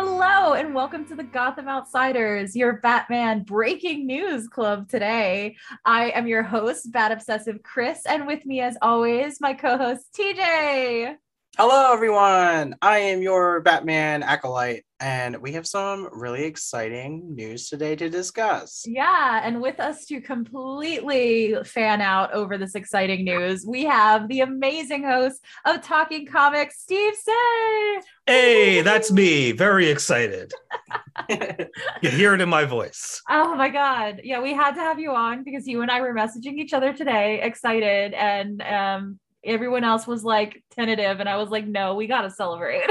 and welcome to the Gotham Outsiders, your Batman Breaking News Club today. I am your host, Bat Obsessive Chris, and with me, as always, my co host, TJ. Hello, everyone. I am your Batman acolyte, and we have some really exciting news today to discuss. Yeah, and with us to completely fan out over this exciting news, we have the amazing host of Talking Comics, Steve Say. Hey, that's me. Very excited. You can hear it in my voice. Oh my god. Yeah, we had to have you on because you and I were messaging each other today, excited, and um everyone else was like tentative, and I was like, no, we gotta celebrate.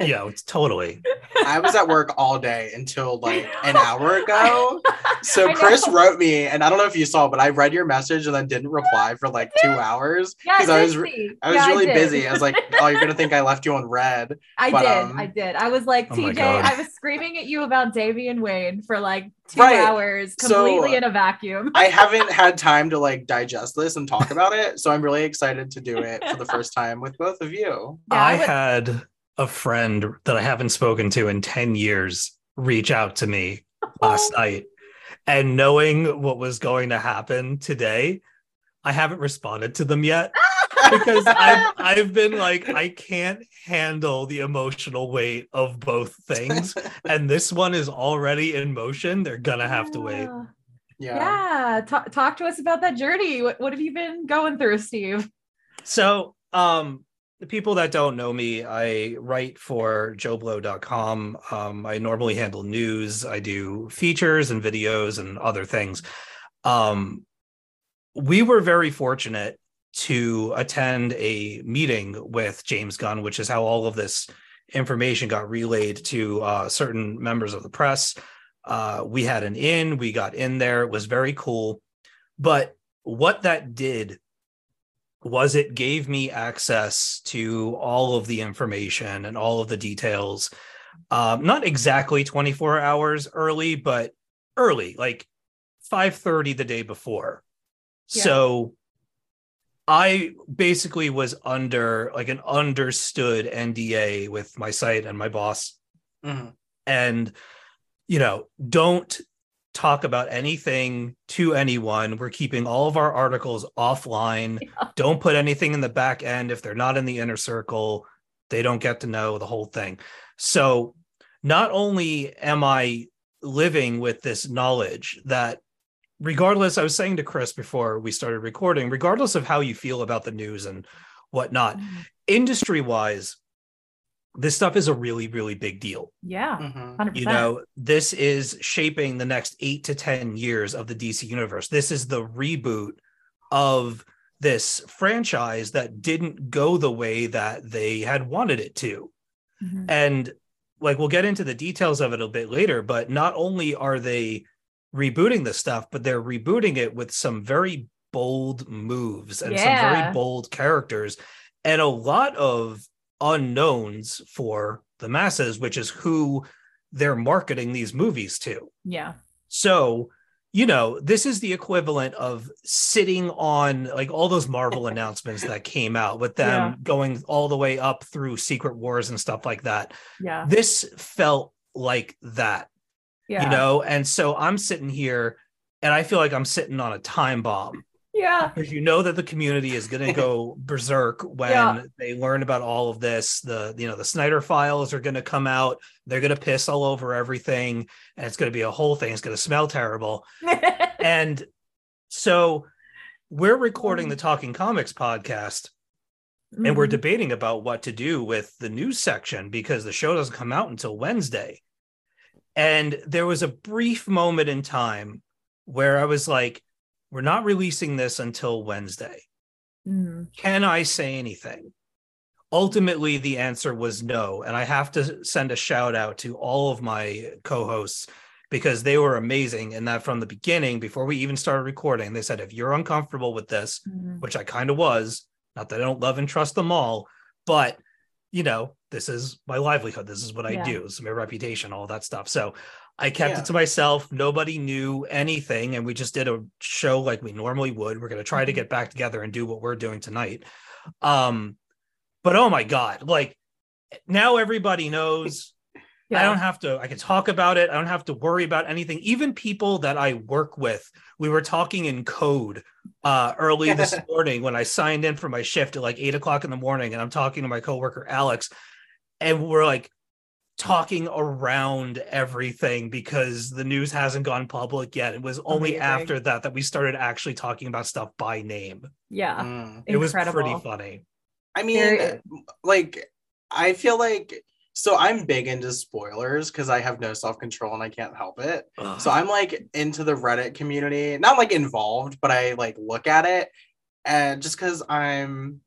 Yeah, it's totally. I was at work all day until like an hour ago. So Chris wrote me, and I don't know if you saw, but I read your message and then didn't reply for like two hours Yeah, I, because I was did re- see. I was Yeah, really did. busy. I was like, "Oh, you're gonna think I left you on red." I but, did. um, I did. I was like, Oh my TJ, God. I was screaming at you about Davy and Wayne for like two Right. hours, So- uh, completely in a vacuum. I haven't had time to like digest this and talk about it, so I'm really excited to do it for the first time with both of you. Yeah, I I would- had a friend that I haven't spoken to in 10 years reach out to me last Oh. night. And knowing what was going to happen today, I haven't responded to them yet because I've, I've been like, I can't handle the emotional weight of both things. And this one is already in motion. They're going to have to wait. Yeah. Yeah. Yeah. Talk, talk to us about that journey. What, what have you been going through, Steve? So, um, the people that don't know me, I write for joeblow.com. Um, I normally handle news, I do features and videos and other things. Um, we were very fortunate to attend a meeting with James Gunn, which is how all of this information got relayed to uh, certain members of the press. Uh, we had an in, we got in there, it was very cool. But what that did was it gave me access to all of the information and all of the details. Um, not exactly 24 hours early, but early, like 5:30 the day before. Yeah. So I basically was under like an understood NDA with my site and my boss Mhm. and you know don't talk about anything to anyone we're keeping all of our articles offline don't put anything in the back end if they're not in the inner circle they don't get to know the whole thing so not only am i living with this knowledge that regardless i was saying to chris before we started recording regardless of how you feel about the news and whatnot industry wise this stuff is a really really big deal Yeah. Mhm. 100%. you know this is shaping the next eight to ten years of the dc universe this is the reboot of this franchise that didn't go the way that they had wanted it to Mhm. and like we'll get into the details of it a bit later but not only are they rebooting this stuff but they're rebooting it with some very bold moves and some Yeah. very bold characters and a lot of unknowns for the masses which is who they're marketing these movies to Yeah. so, you know, this is the equivalent of sitting on like all those Marvel announcements that came out with them Yeah. going all the way up through Secret Wars and stuff like that. Yeah. This felt like that, Yeah. you know? And so I'm sitting here and I feel like I'm sitting on a time bomb yeah. because you know that the community is going to go berserk when Yeah. they learn about all of this the you know the snyder files are going to come out they're going to piss all over everything and it's going to be a whole thing it's going to smell terrible and so we're recording Um. the talking comics podcast and we're Mhm. debating about what to do with the news section because the show doesn't come out until Wednesday. And there was a brief moment in time where I was like, we're not releasing this until Wednesday. Mhm. Can I say anything? Ultimately, the answer was no. And I have to send a shout out to all of my co hosts because they were amazing. And that from the beginning, before we even started recording, they said, if you're uncomfortable with this, Mhm. which I kind of was. Not that I don't love and trust them all, but you know, this is my livelihood. This is what I Yeah. do. It's my reputation, all that stuff. So I kept Yeah. it to myself. Nobody knew anything. And we just did a show like we normally would. We're going to try to Mhm. get back together and do what we're doing tonight. Um, but oh my God, like now everybody knows I don't have to, I can talk about it. I don't have to worry about anything. Even people that I work with, we were talking in code uh, early this morning when I signed in for my shift at like eight o'clock in the morning. And I'm talking to my coworker, Alex, and we're like talking around everything because the news hasn't gone public yet. It was only Amazing. after that that we started actually talking about stuff by name. yeah. Mm. Mm-hmm. It was pretty Incredible. funny. I mean, uh, There- like, I feel like so I'm big into spoilers because I have no self control and I can't help it. So I'm like into the Reddit community, not like involved, but I like look at it, and just because I'm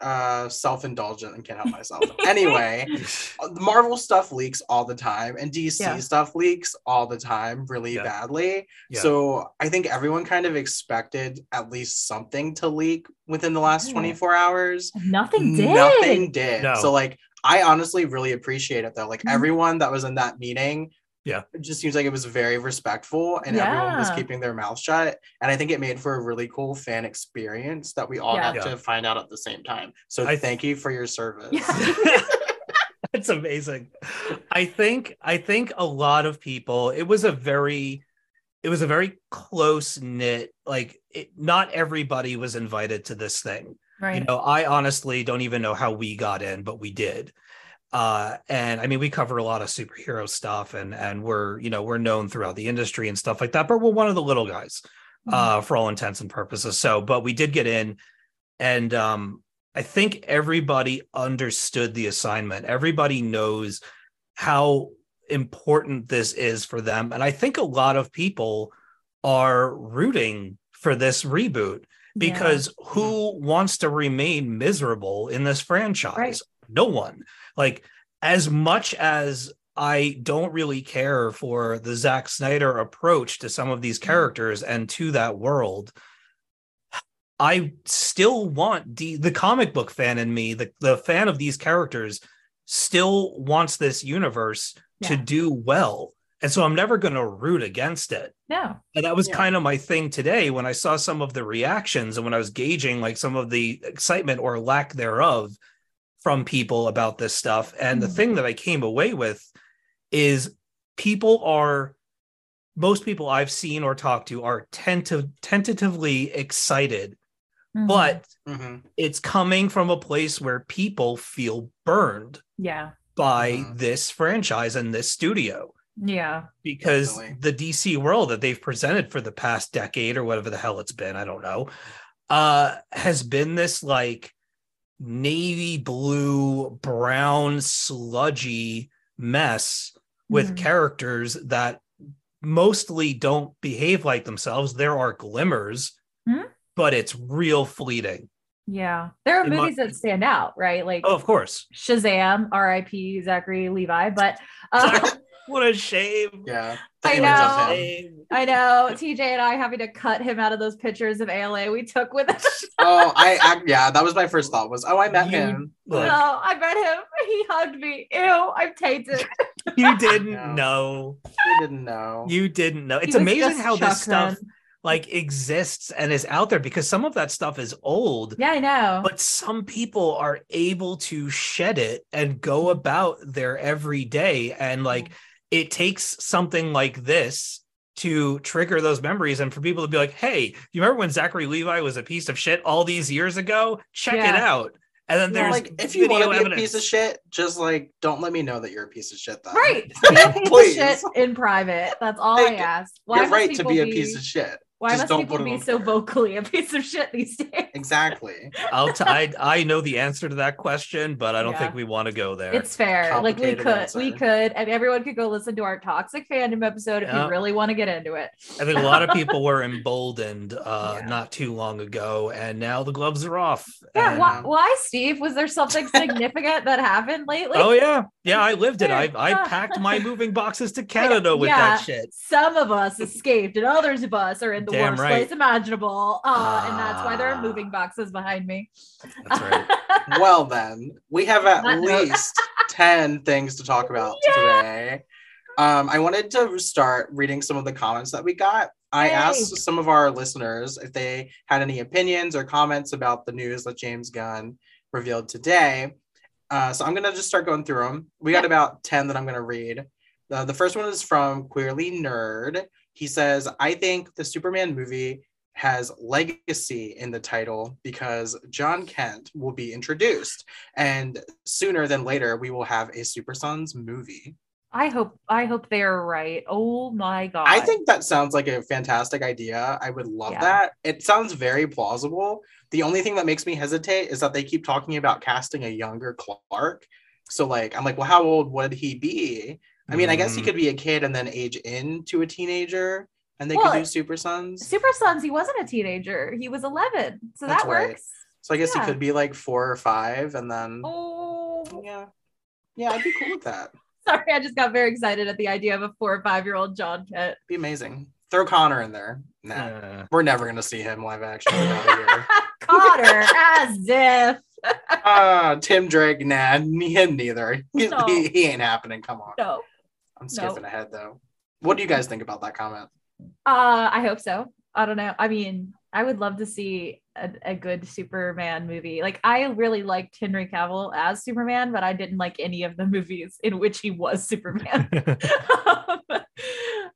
uh self indulgent and can't help myself. anyway, the Marvel stuff leaks all the time, and DC Yeah. stuff leaks all the time, really Yeah. badly. Yeah. So I think everyone kind of expected at least something to leak within the last Yeah. 24 hours. Nothing did. Nothing did. No. So like I honestly really appreciate it though. Like Mhm. everyone that was in that meeting. Yeah. It just seems like it was very respectful and everyone was Yeah. keeping their mouth shut. And I think it made for a really cool fan experience that we all Yeah. got Yeah. to find out at the same time. So I- thank you for your service. Yeah. That's amazing. I think I think a lot of people it was a very it was a very close knit like it, not everybody was invited to this thing. Right. You know, I honestly don't even know how we got in, but we did. Uh, and I mean, we cover a lot of superhero stuff, and and we're you know we're known throughout the industry and stuff like that. But we're one of the little guys Mm-hmm. uh, for all intents and purposes. So, but we did get in, and um, I think everybody understood the assignment. Everybody knows how important this is for them, and I think a lot of people are rooting for this reboot Yeah. because who wants to remain miserable in this franchise? Right. No one. Like as much as I don't really care for the Zack Snyder approach to some of these Mm. characters and to that world. I still want the, the comic book fan in me, the, the fan of these characters, still wants this universe to Yeah. do well. And so I'm never going to root against it. no. And that was Yeah. kind of my thing today when I saw some of the reactions and when I was gauging like some of the excitement or lack thereof from people about this stuff. And the Mhm. thing that I came away with is people are most people I've seen or talked to are tentative, tentatively excited, Mhm. but Mhm. it's coming from a place where people feel burned Mm-hmm. yeah. by Mhm. this franchise and this studio Yeah. because Definitely. the DC world that they've presented for the past decade or whatever the hell it's been, I don't know, uh, has been this like navy blue, brown, sludgy mess with Mhm. characters that mostly don't behave like themselves. There are glimmers, Mhm. but it's real fleeting. Yeah. There are In my- movies that stand out, right? Like Oh, of course. Shazam, R.I.P. Zachary Levi. But uh, What a shame. Yeah. I Anyway, know. just him. Shame. I know TJ and I having to cut him out of those pictures of ALA we took with us. Oh, I, I yeah, that was my first thought was oh I met You- him. Look. no, I met him. He hugged me. Ew, I'm tainted. You didn't No. know. You didn't know. You didn't know. It's He was amazing just how Chuck this stuff then. like exists and is out there because some of that stuff is old, Yeah, I know. but some people are able to shed it and go about their everyday and like it takes something like this to trigger those memories and for people to be like, "Hey, you remember when Zachary Levi was a piece of shit all these years ago? Check it Yeah. out." And then Yeah, there's like if you want video to be evidence. a piece of shit, just like don't let me know that you're a piece of shit. Then. Right. Be a Please. piece of shit in private. That's all I Like, ask. You're must right to people be a piece of shit. Why Just must don't people put it be on so there. vocally a piece of shit these days? Exactly. I'll t- I I know the answer to that question, but I don't Yeah. think we want to go there. It's fair. Like we Complicated could, answer. we could, and everyone could go listen to our toxic fandom episode if Yeah. you really want to get into it. I think a lot of people were emboldened uh, Yeah. not too long ago, and now the gloves are off. Yeah. And- Why, why, Steve? Was there something significant that happened lately? oh yeah, yeah. I lived it. I Weird. I packed my moving boxes to Canada with Yeah. that shit. Some of us escaped, and others of us are in the Damn worst right. place imaginable. Uh, and that's why there Ah. are moving boxes behind me. That's right. well then, we have at That note. least ten things to talk about Yeah. today. Um, I wanted to start reading some of the comments that we got. I Yay. asked some of our listeners if they had any opinions or comments about the news that James Gunn revealed today. Uh, so I'm gonna just start going through them. We got about ten that I'm gonna read. Uh, the first one is from Queerly Nerd. He says, "I think the Superman movie has legacy in the title because John Kent will be introduced, and sooner than later we will have a Super Sons movie." I hope I hope they're right. Oh my god. I think that sounds like a fantastic idea. I would love Yeah. that. It sounds very plausible. The only thing that makes me hesitate is that they keep talking about casting a younger Clark. So like I'm like, well, how old would he be? I mean, I guess he Mm. could be a kid and then age into a teenager and they Well, could do super sons. Super Sons, he wasn't a teenager. He was 11. So That's that right. works. So I guess yeah. he could be like four or five and then Oh, yeah. Yeah, I'd be cool with that. sorry. I just got very excited at the idea of a four or five year old John Kent. Be amazing. Throw Connor in there. Nah. Uh, We're never gonna see him live action. Get outta here. Connor, as if. Ah, Tim Drake, nah, me and neither. He, No. he, he ain't happening. Come on. No. I'm no. skipping ahead though. What do you guys think about that comment? Uh, I hope so. I don't know. I mean, I would love to see a, a good Superman movie. Like, I really liked Henry Cavill as Superman, but I didn't like any of the movies in which he was Superman. um, uh,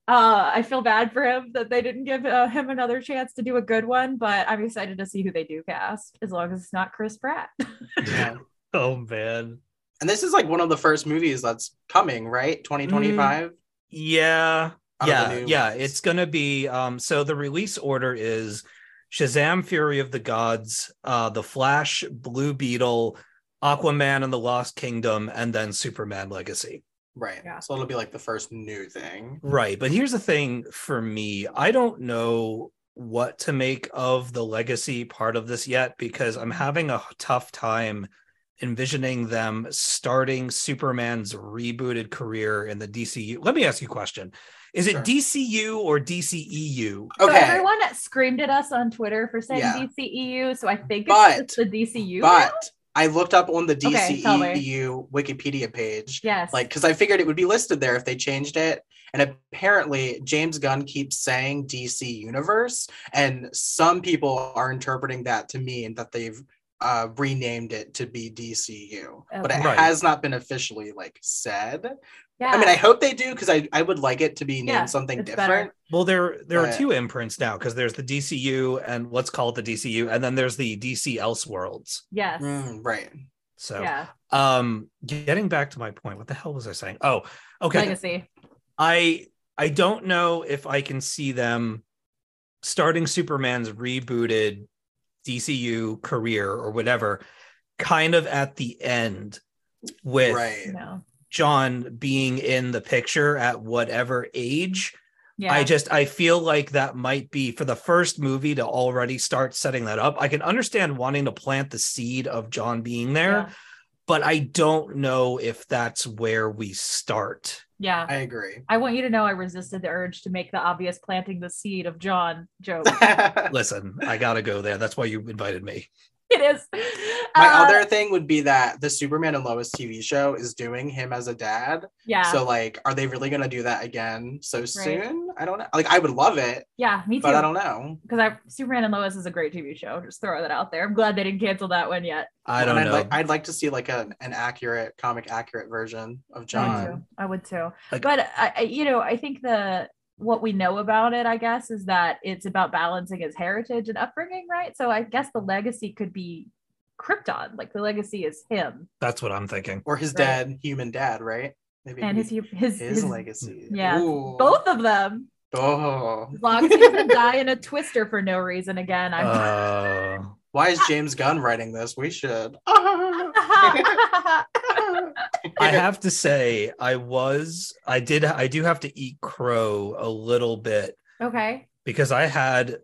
I feel bad for him that they didn't give uh, him another chance to do a good one, but I'm excited to see who they do cast, as long as it's not Chris Pratt. Yeah. oh man. and this is like one of the first movies that's coming, right? 2025. Yeah. Out of Mm. yeah the new yeah ones. it's gonna be um so the release order is shazam fury of the gods uh the flash blue beetle aquaman and the lost kingdom and then superman legacy Right. Yeah. So it'll be like the first new thing. right but here's the thing for me i don't know what to make of the legacy part of this yet because i'm having a tough time envisioning them starting superman's rebooted career in the dcu let me ask you a question is it Sure. dcu or E dceu So Okay. everyone screamed at us on Twitter for saying Yeah. DCEU, so I think But- it's just the DCU. now? but I looked up on the Okay, tell me. DCEU Wikipedia page, yes, like, because I figured it would be listed there if they changed it. And apparently, James Gunn keeps saying DC Universe, and some people are interpreting that to mean that they've uh, renamed it to be DCU, but it Okay. Right. has not been officially like said. yeah. I mean, I hope they do because I, I would like it to be named Yeah, something it's better. different. Well, there there are But- two imprints now because there's the DCU and let's call it the DCU, and then there's the DC Elseworlds. yes, Mm, right. So, yeah, um, getting back to my point, what the hell was I saying? Oh, okay. legacy. I I don't know if I can see them starting Superman's rebooted DCU career or whatever, kind of at the end with Right. No, John being in the picture at whatever age. yeah, I just I feel like that might be for the first movie to already start setting that up. I can understand wanting to plant the seed of John being there, yeah, but I don't know if that's where we start. yeah. I agree. I want you to know I resisted the urge to make the obvious planting the seed of John joke. Uh, My Listen, I gotta go there. That's why you invited me. it is Uh, other thing would be that the Superman and Lois TV show is doing him as a dad. yeah, So like, are they really gonna do that again so soon? I don't know. Like, I would love it, yeah, me too. but I don't know. because I Superman and Lois is a great TV show. Just throw that out there. I'm glad they didn't cancel that one yet. I And don't I'd know. Like, I'd like to see like an, an accurate comic accurate version of I John. would too. I would too. Like- but I, I, you know, I think the what we know about it, I guess, is that it's about balancing his heritage and upbringing, right? So I guess the legacy could be Krypton. Like the legacy is him that's what I'm thinking. Or his Right. dead human dad, right? Maybe it and could his be his his, his legacy. yeah, Ooh. both of them. Oh. As long as he doesn't die in a twister for no reason again, I'm. Uh, Why Ah. is James Gunn writing this? We should. I have to say, I was, I did, I do have to eat crow a little bit okay. because I had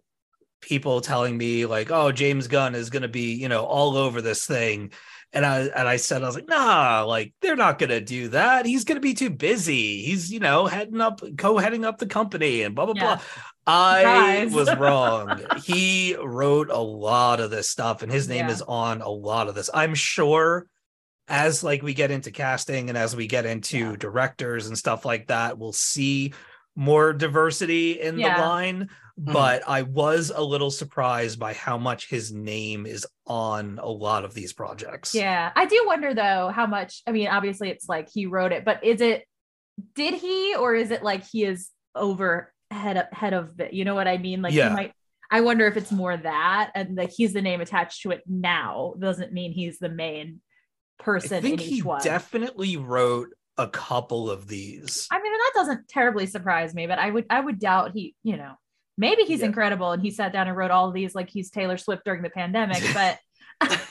people telling me like, "Oh, James Gunn is going to be, you know, all over this thing," and I and I said, I was like, "Nah, like they're not going to do that. He's going to be too busy. He's, you know, heading up, co-heading up the company, and blah blah Yeah. blah." I Surprise. was wrong. he wrote a lot of this stuff, and his name Yeah. is on a lot of this. I'm sure as like we get into casting and as we get into Yeah. directors and stuff like that we'll see more diversity in the Yeah. line, but I was a little surprised by how much his name is on a lot of these projects. Yeah. I do wonder though how much I mean, obviously it's like he wrote it, but is it did he or is it like he is over head of head of it? You know what I mean? Like Yeah. he might I wonder if it's more that and like he's the name attached to it now doesn't mean he's the main person I think in he each one. definitely wrote a couple of these. I mean, that doesn't terribly surprise me, but I would I would doubt he, you know, maybe he's Yeah. incredible and he sat down and wrote all these like he's Taylor Swift during the pandemic, but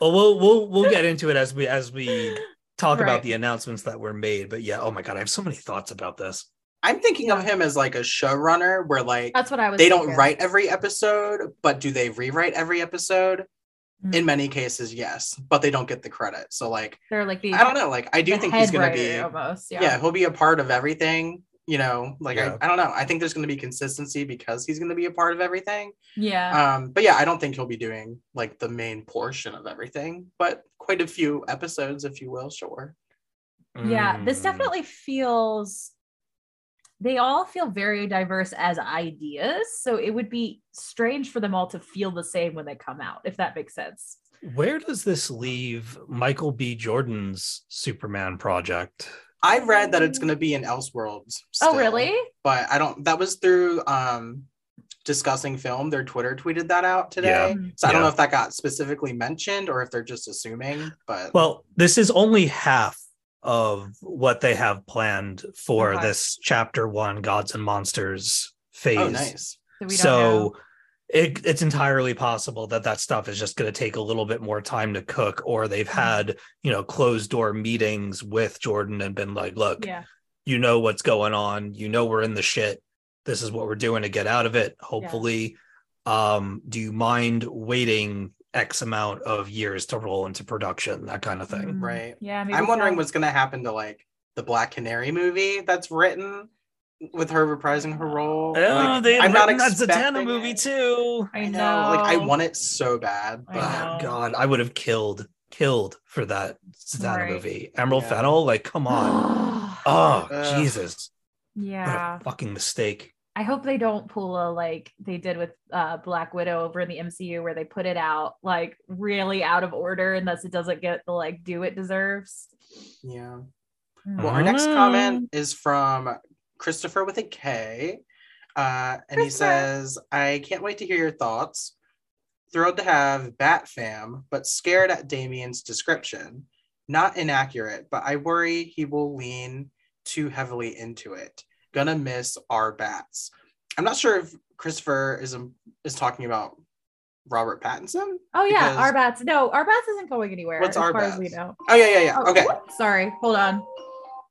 Well, we'll we'll we'll get into it as we as we talk Right. about the announcements that were made. But yeah, oh my god, I have so many thoughts about this. I'm thinking of him as like a showrunner where like that's what I was they don't thinking. write every episode, but do they rewrite every episode? Mm. In many cases, yes, but they don't get the credit. So like They're like the I don't know, like I do the think head he's gonna writer be almost. yeah. he'll be a part of everything. You know, like Yeah. I, I don't know. I think there's gonna be consistency because he's gonna be a part of everything. Yeah. Um, but yeah, I don't think he'll be doing like the main portion of everything, but quite a few episodes, if you will, sure. yeah. This Mm. Hmm. definitely feels they all feel very diverse as ideas. So it would be strange for them all to feel the same when they come out, if that makes sense. Where does this leave Michael B. Jordan's Superman project? I read that it's gonna be in Elseworlds. Oh, still, really? But I don't that was through um discussing film. Their Twitter tweeted that out today. Yeah. So I don't Yeah. know if that got specifically mentioned or if they're just assuming, but oh, Well, this is only half of what they have planned for Okay. this chapter one Gods and Monsters phase. oh nice. So we don't know. so it, it's entirely possible that that stuff is just going to take a little bit more time to cook, or they've Mm-hmm. had, you know, closed door meetings with Jordan and been like, look, yeah. you know what's going on you know we're in the shit this is what we're doing to get out of it hopefully um do you mind waiting x amount of years to roll into production that kind of thing Mm. Right. Yeah. maybe I'm wondering so. what's gonna happen to like the Black Canary movie that's written with her reprising her Oh, role. Oh, Like, expecting it. too I know. Like I want it so bad. I But know. oh god i would have killed killed for that satana Right. movie emerald Yeah. fennel like come on oh Ugh. jesus yeah. what a fucking mistake I hope they don't pull a like they did with uh, Black Widow over in the MCU where they put it out like really out of order and thus it doesn't get the like do it deserves. yeah. Mm. Well, our next comment Ah. is from Christopher with a K. Uh, and he Christopher. says, I can't wait to hear your thoughts. Thrilled to have Bat Fam, but scared at Damien's description. Not inaccurate, but I worry he will lean too heavily into it. Gonna miss our bats. I'm not sure if Christopher is um, is talking about Robert Pattinson. Oh yeah, Because- Arbats. No, Arbats isn't going anywhere. What's as far as we Arbats? know. Oh yeah, yeah, yeah. Oh, Okay. whoop, sorry, hold on.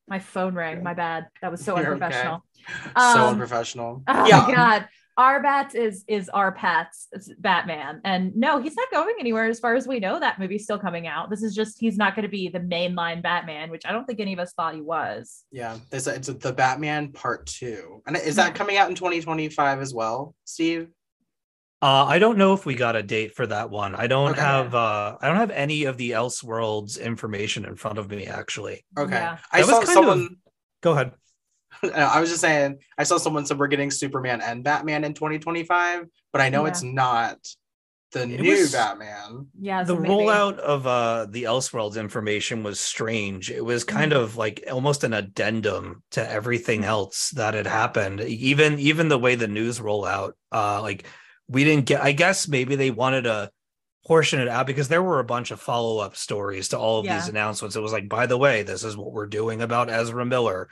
My phone rang. My bad. That was so You're okay. unprofessional. so Um, unprofessional. Oh yeah. my god. Arbats is is Arpats it's Batman. And no, he's not going anywhere as far as we know. That movie's still coming out. This is just he's not going to be the mainline Batman, which I don't think any of us thought he was. Yeah, they said it's the Batman Part Two, and is that Yeah. coming out in 2025 as well, Steve? Uh, I don't know if we got a date for that one. I don't Okay. have uh, I don't have any of the Elseworlds information in front of me. Actually, Okay, Yeah. I That was saw kind of- someone. go ahead. I was just saying, I saw someone said we're getting Superman and Batman in 2025, but I know Yeah. it's not the It new was- Batman. Yeah. The so maybe- rollout of uh, the Elseworlds information was strange. It was kind Mhm. of like almost an addendum to everything else that had happened. E-, Even even the way the news rollout, uh, like we didn't get. I guess maybe they wanted to portion it out because there were a bunch of follow up stories to all of Yeah. these announcements. It was like, by the way, this is what we're doing about Ezra Miller.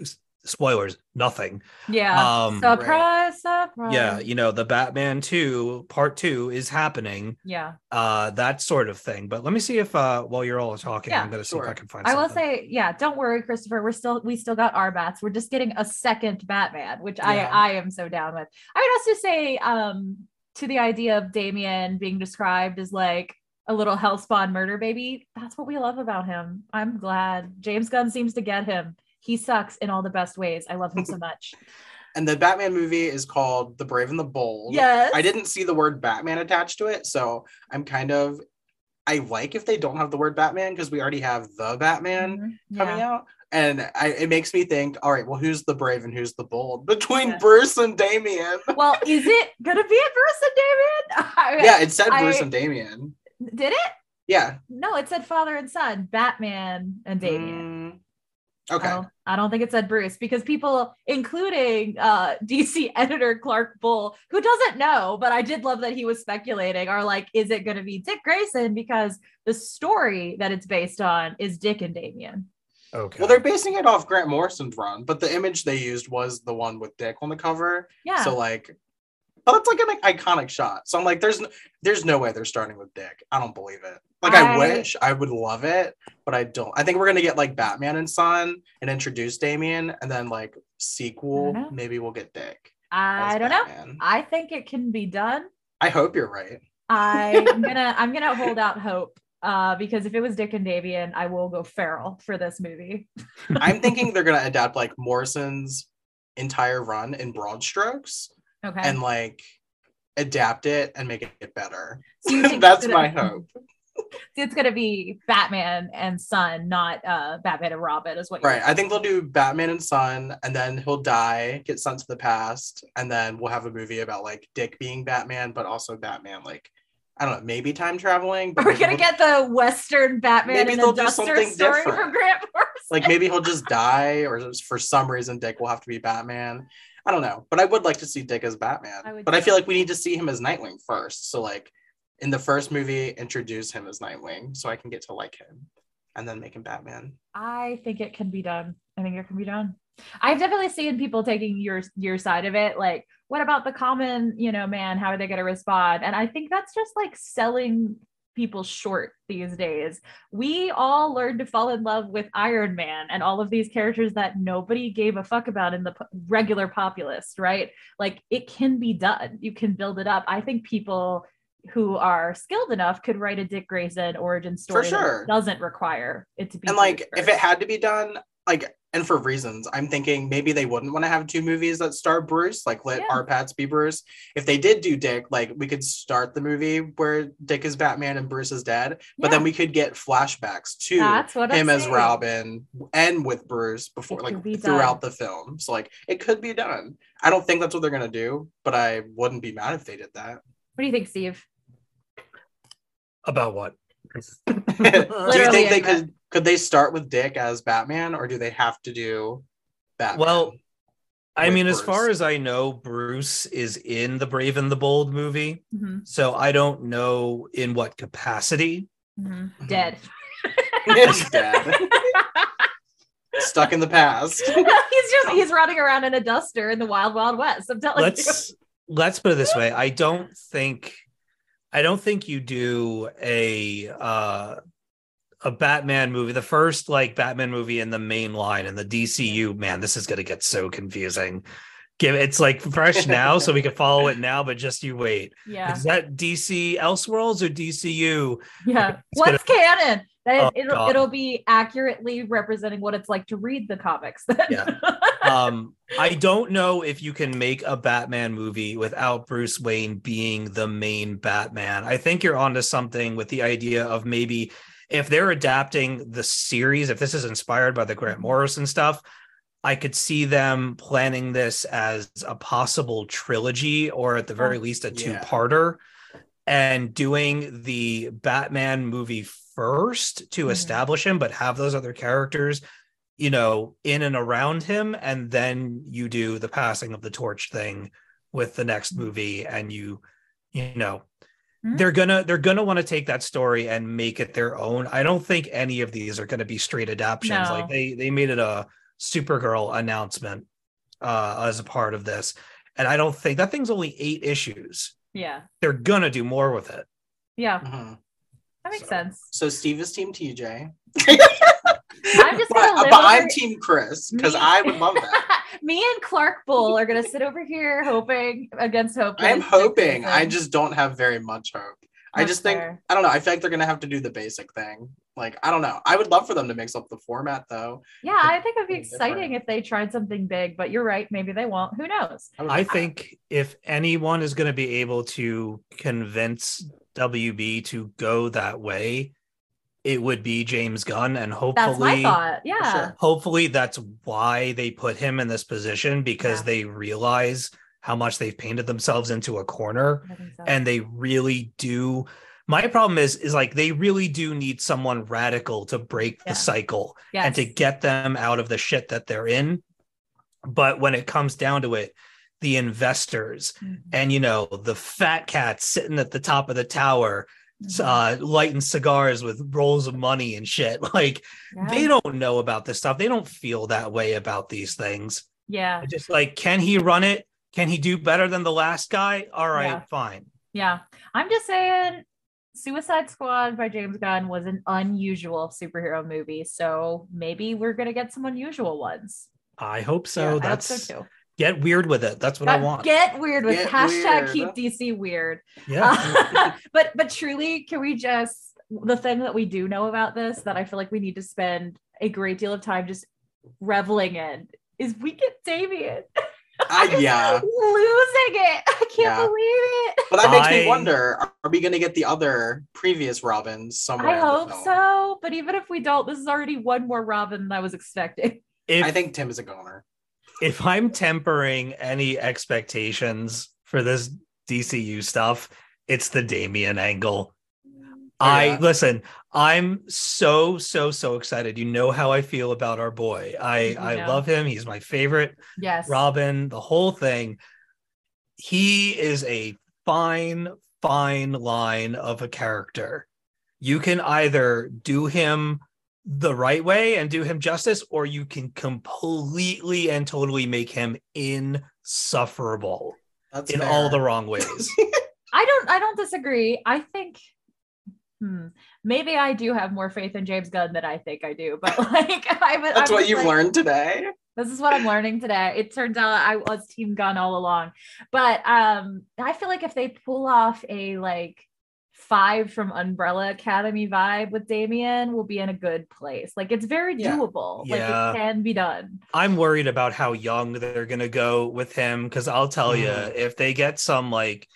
S- Spoilers, nothing. Yeah. um, surprise, surprise. Yeah, you know, the Batman 2 part 2 is happening, Yeah. uh that sort of thing. But let me see if uh while you're all talking, Yeah, I'm going to see sure. if I can find I will something. say, yeah, don't worry, Christopher. We're still we still got our bats. We're just getting a second Batman, which Yeah. I I am so down with. I would also say um to the idea of Damien being described as like a little hellspawn murder baby. That's what we love about him. I'm glad James Gunn seems to get him. He sucks in all the best ways. I love him so much. And the Batman movie is called The Brave and the Bold. yes, I didn't see the word Batman attached to it, so I'm kind of. I like if they don't have the word Batman because we already have the Batman Mhm. coming Yeah. out. and I, it makes me think, all right, well, who's the brave and who's the bold between Bruce and Damien? Well, is it gonna be a Bruce and Damien? Yeah, it said Bruce I- and Damien. Did it? Yeah. No, it said father and son, Batman and Damien. Oh Mm, okay. I don't, I don't think it said Bruce because people, including uh, DC editor Clark Bull, who doesn't know, but I did love that he was speculating, are like, is it going to be Dick Grayson? Because the story that it's based on is Dick and Damien. Okay. Well, they're basing it off Grant Morrison's run, but the image they used was the one with Dick on the cover. Yeah. So like, but it's like an iconic shot. So I'm like, there's n- there's no way they're starting with Dick. I don't believe it. Like I, I- wish I would love it, but I don't. I think we're gonna get like Batman and Son and introduce Damien, and then like I sequel don't know. maybe we'll get Dick. I as don't know. Batman. I think it can be done. I hope you're right. I'm gonna I'm gonna hold out hope uh, because if it was Dick and Damien, I will go feral for this movie. I'm thinking they're gonna adapt like Morrison's entire run in broad strokes Okay. and like adapt it and make it better. So you think That's it's my gonna- hope. It's gonna be Batman and Son, not uh, Batman and Robin, is what you're Right. I think they'll do Batman and Son, and then he'll die, get sent to the past, and then we'll have a movie about like Dick being Batman, but also Batman, like, I don't know, maybe time traveling. But We're maybe gonna he'll- get the Western Batman Mm-hmm. Maybe and they'll a do Duster something story different. from Grant Morrison. like maybe he'll just die, or just for some reason, Dick will have to be Batman. I don't know, but I would like to see Dick as Batman. I would but I too. feel like we need to see him as Nightwing first. So, like, in the first movie, introduce him as Nightwing so I can get to like him and then make him Batman. I think it can be done. I think it can be done. I've definitely seen people taking your your side of it. Like, what about the common, you know, man? How are they gonna respond? And I think that's just like selling people short these days. We all learned to fall in love with Iron Man and all of these characters that nobody gave a fuck about in the po- regular populace, right? Like it can be done. You can build it up. I think people who are skilled enough could write a Dick Grayson origin story that sure. doesn't require it to be and Bruce like if it first. had to be done like and for reasons i'm thinking maybe they wouldn't want to have two movies that star bruce like let Yeah. our pats be bruce if they did do dick like we could start the movie where dick is batman and bruce is dead Yeah. but then we could get flashbacks to that's what him I'm as saying. robin and with bruce before It like could be throughout the film so like it could be done i don't think that's what they're gonna do but i wouldn't be mad if they did that What do you think, Steve? About what? do you Literally think they anyone. could could they start with dick as batman or do they have to do batman Well, I with mean, as far Bruce. as I know, Bruce is in the Brave and the Bold movie. Mhm, So I don't know in what capacity. Mm-hmm. mhm. Dead. It's dead. Stuck in the past. he's just he's running around in a duster in the wild, wild west. I'm telling you. let's let's put it this way. I don't think I don't think you do a uh a Batman movie, the first like Batman movie in the main line in the DCU, man, this is gonna get so confusing. Give it's like fresh now, so we can follow it now, but just you wait. Yeah. Is that DC Elseworlds or DCU? Yeah. It's gonna- What's canon? That Oh, it'll, God. it'll be accurately representing what it's like to read the comics. Yeah. um i don't know if you can make a batman movie without bruce wayne being the main batman i think you're onto something with the idea of maybe if they're adapting the series if this is inspired by the grant morrison stuff i could see them planning this as a possible trilogy or at the very least a Yeah. two-parter and doing the batman movie first to Mhm. establish him but have those other characters you know, in and around him, and then you do the passing of the torch thing with the next movie, and you, you know, Mhm. they're gonna they're gonna want to take that story and make it their own. I don't think any of these are gonna be straight adaptions. No. Like they they made it a Supergirl announcement uh, as a part of this, and I don't think that thing's only eight issues. yeah. They're gonna do more with it. Yeah. Mhm. That makes So- sense. So Steve is team TJ. I'm just gonna but, uh, live but I'm under- team Chris because Me- I would love that. Me and Clark Bull are gonna sit over here hoping against hope. I am hoping. I just don't have very much hope. I That's just think fair. I don't know. I feel like they're gonna have to do the basic thing. Like I don't know. I would love for them to mix up the format though. yeah, I think it'd be Something different. exciting if they tried something big, but you're right, maybe they won't. Who knows? would I love that. think if anyone is going to be able to convince WB to go that way, it would be James Gunn, and That's my hopefully, thought. Yeah. sure. hopefully that's why they put him in this position because Yeah. they realize how much they've painted themselves into a corner I think so. and they really do my problem is is like they really do need someone radical to break Yeah. the cycle yes. and to get them out of the shit that they're in but when it comes down to it the investors Mhm. and you know the fat cats sitting at the top of the tower Mhm. uh lighting cigars with rolls of money and shit like Mm-hmm. yeah. they don't know about this stuff they don't feel that way about these things yeah. It's just like can he run it can he do better than the last guy all right Yeah. fine Yeah. I'm just saying Suicide Squad by James Gunn was an unusual superhero movie. So maybe we're gonna get some unusual ones. I hope Yeah, I so. hope I hope Oh, That's so too. get weird with it. That's what I But want. Get weird with Get hashtag keep weird. DC weird. yeah. Uh, but but truly, can we just the thing that we do know about this that I feel like we need to spend a great deal of time just reveling in is we get Damien. I, yeah, losing it. I can't Yeah. believe it. but that makes I- me wonder: Are we going to get the other previous Robins somewhere? I in the hope film? so. But even if we don't, this is already one more Robin than I was expecting. if I think Tim is a goner. if I'm tempering any expectations for this DCU stuff, it's the Damien angle. I Yeah. listen, I'm so so so excited. You know how I feel about our boy. I You I know. love him. He's my favorite. Yes. Robin, the whole thing. He is a fine, fine line of a character. You can either do him the right way and do him justice, or you can completely and totally make him insufferable That's in all the fair. wrong ways. I don't I don't disagree. I think hmm, maybe I do have more faith in James Gunn than I think I do. But like I was That's I'm what just you've like, learned today. This is what I'm learning today. It turns out I was team gun all along. But um I feel like if they pull off a like five from Umbrella Academy vibe with Damien, we'll be in a good place. Like it's very Yeah. doable. Yeah. Like it can be done. I'm worried about how young they're going to go with him because I'll tell you, Mhm. if they get some like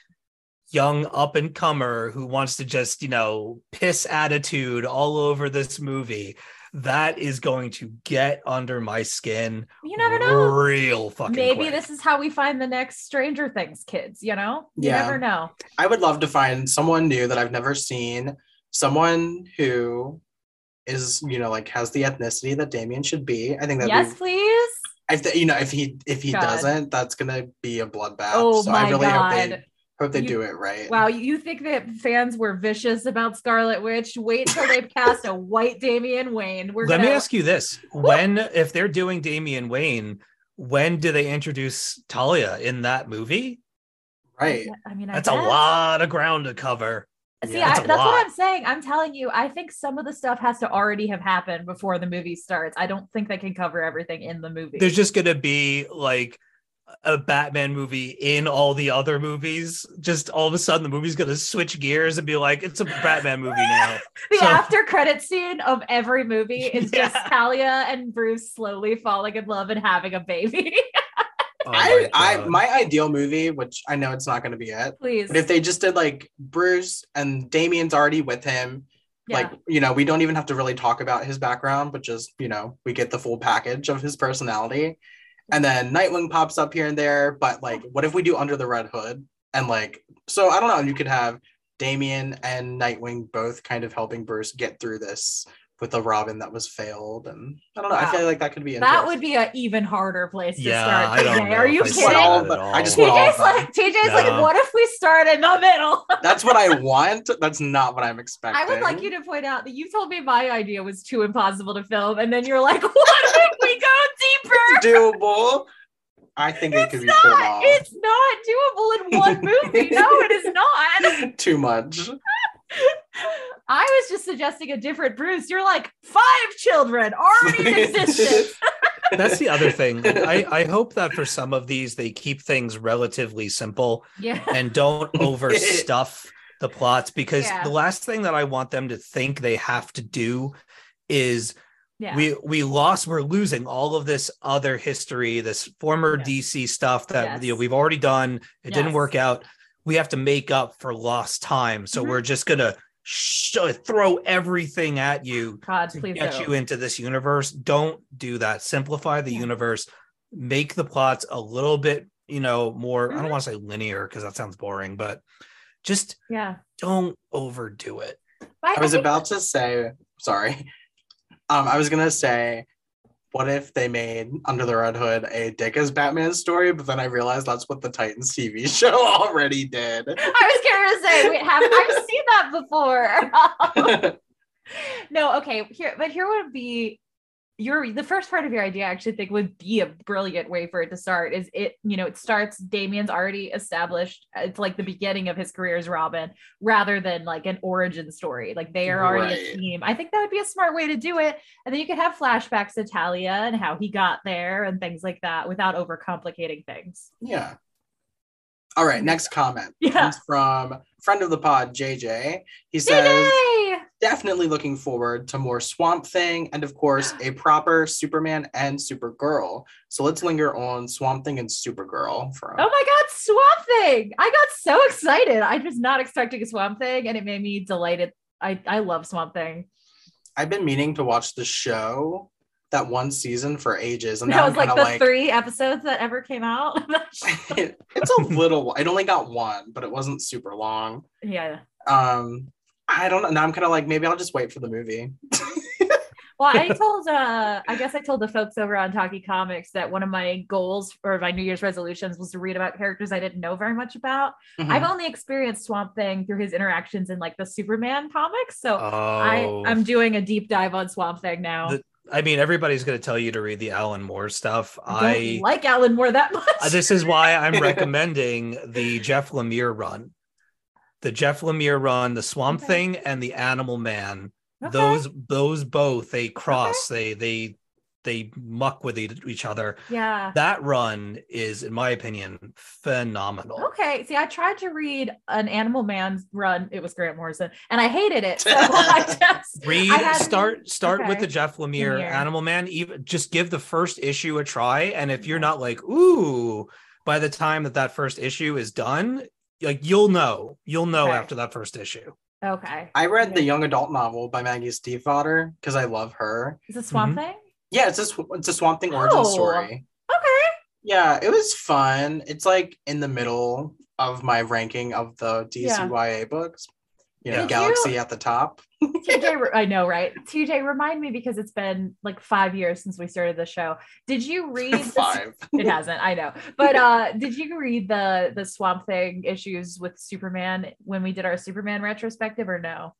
young up and comer who wants to just, you know, piss attitude all over this movie, that is going to get under my skin You never know. real fucking Maybe quick. this is how we find the next Stranger Things kids, you know? You Yeah. never know. I would love to find someone new that I've never seen, someone who is, you know, like has the ethnicity that Damien should be. I think that yes, please. if the, you know, if he if he God. doesn't, that's gonna be a bloodbath. Oh so my I really hope God. they hope they You- do it right. Wow, you think that fans were vicious about Scarlet Witch? Wait till they've cast a white Damian Wayne. We're Let gonna me ask you this when, if they're doing Damian Wayne, when do they introduce Talia in that movie? Right. I mean, I That's a guess. lot of ground to cover. See, Yeah, I, that's that's a what lot. I'm saying. I'm telling you, I think some of the stuff has to already have happened before the movie starts. I don't think they can cover everything in the movie. there's just gonna be like a Batman movie in all the other movies. Just all of a sudden, the movie's gonna switch gears and be like, it's a Batman movie now. the so- after credit scene of every movie is Yeah. just Talia and Bruce slowly falling in love and having a baby. Oh I I God. my ideal movie, which I know it's not gonna be it, Please. but if they just did like Bruce and Damien's already with him, yeah. like you know, we don't even have to really talk about his background, but just you know, we get the full package of his personality. And then Nightwing pops up here and there, but Oh. like, what if we do Under the Red Hood? And like, so I don't know. You could have Damien and Nightwing both kind of helping Bruce get through this with a Robin that was failed, and I don't know. Wow. I feel like that could be that would be an even harder place to yeah, start. I don't today. know Are you if I see that. kidding? saw it at all. I just want all TJ's of them. like, TJ's like, No. what if we start in the middle? interesting. that's what I want. That's not what I'm expecting. I would like you to point out that you told me my idea was too impossible to film, and then you're like, what if we go deeper? It's doable. I think it It's could be pulled not. off. It's not doable in one movie. No, it is not. Too much. I was just suggesting a different Bruce. You're like five children already in existence. That's the other thing. I, I hope that for some of these, they keep things relatively simple Yeah. and don't overstuff the plots because Yeah. the last thing that I want them to think they have to do is Yeah. we we lost we're losing all of this other history this former Yes. dc stuff that Yes. you know, we've already done it Yes. didn't work out we have to make up for lost time so Mhm. we're just gonna sh- throw everything at you God, to please get don't. you into this universe. Don't do that. Simplify the Yeah. universe. Make the plots a little bit, you know, more. I Mhm. don't want to say linear because that sounds boring, but just yeah. don't overdo it. But I was think- about to say, sorry. Um, I was gonna say, what if they made Under the Red Hood a Dick as Batman story? But then I realized that's what the Titans TV show already did. I was gonna say, wait, have I've seen that before. no, okay. Here, but here would be your the first part of your idea. I actually think would be a brilliant way for it to start. Is it you know it starts Damien's already established. uh, It's like the beginning of his career as Robin, rather than like an origin story. Like they are already a Right. team. I think that would be a smart way to do it. And then you could have flashbacks to Talia and how he got there and things like that without overcomplicating things. yeah. All right, next comment Yeah. comes from friend of the pod, JJ. He says, JJ! definitely looking forward to more Swamp Thing and, of course, a proper Superman and Supergirl. So let's linger on Swamp Thing and Supergirl for a Oh my god, Swamp Thing! I got so excited. I was not expecting a Swamp Thing, and it made me delighted. I I love Swamp Thing. I've been meaning to watch the show that one season for ages, and that now I'm was like kind the of like, three episodes that ever came out. it's a little. It only got one, but it wasn't super long. yeah. Um, I don't know. Now I'm kind of like, maybe I'll just wait for the movie. Well, I told uh I guess I told the folks over on Talkie Comics that one of my goals or my New Year's resolutions was to read about characters I didn't know very much about. Mm-hmm. I've only experienced Swamp Thing through his interactions in like the Superman comics. So I, Oh, I'm doing a deep dive on Swamp Thing now. The- I mean, everybody's going to tell you to read the Alan Moore stuff. I don't I like Alan Moore that much. Uh, this is why I'm recommending the Jeff Lemire run, the Jeff Lemire run, the Swamp Okay. Thing, and the Animal Man. Okay. Those those both they cross. They they they muck with e- each other. yeah. That run is, in my opinion, phenomenal. Okay. See, I tried to read an Animal Man's run. It was Grant Morrison, and I hated it. So I just Read I hadn't- start start with okay. the Jeff Lemire, Lemire. Animal Man. Even just give the first issue a try, and if you're not like ooh, by the time that that first issue is done, like you'll know, you'll know Okay. after that first issue. Okay. I read the young adult novel by Maggie Stiefvater because I love her. Is it Swamp Mhm. Thing? Yeah, it's a sw- it's a Swamp Thing origin Oh. story. Okay. Yeah, it was fun. It's like in the middle of my ranking of the Yeah. DCYA books. You know, Did Galaxy at the top. TJ, re- I know, right? TJ, remind me because it's been like five years since we started the show. Did you read? The, Five. it hasn't. I know, but uh, did you read the the Swamp Thing issues with Superman when we did our Superman retrospective, or no?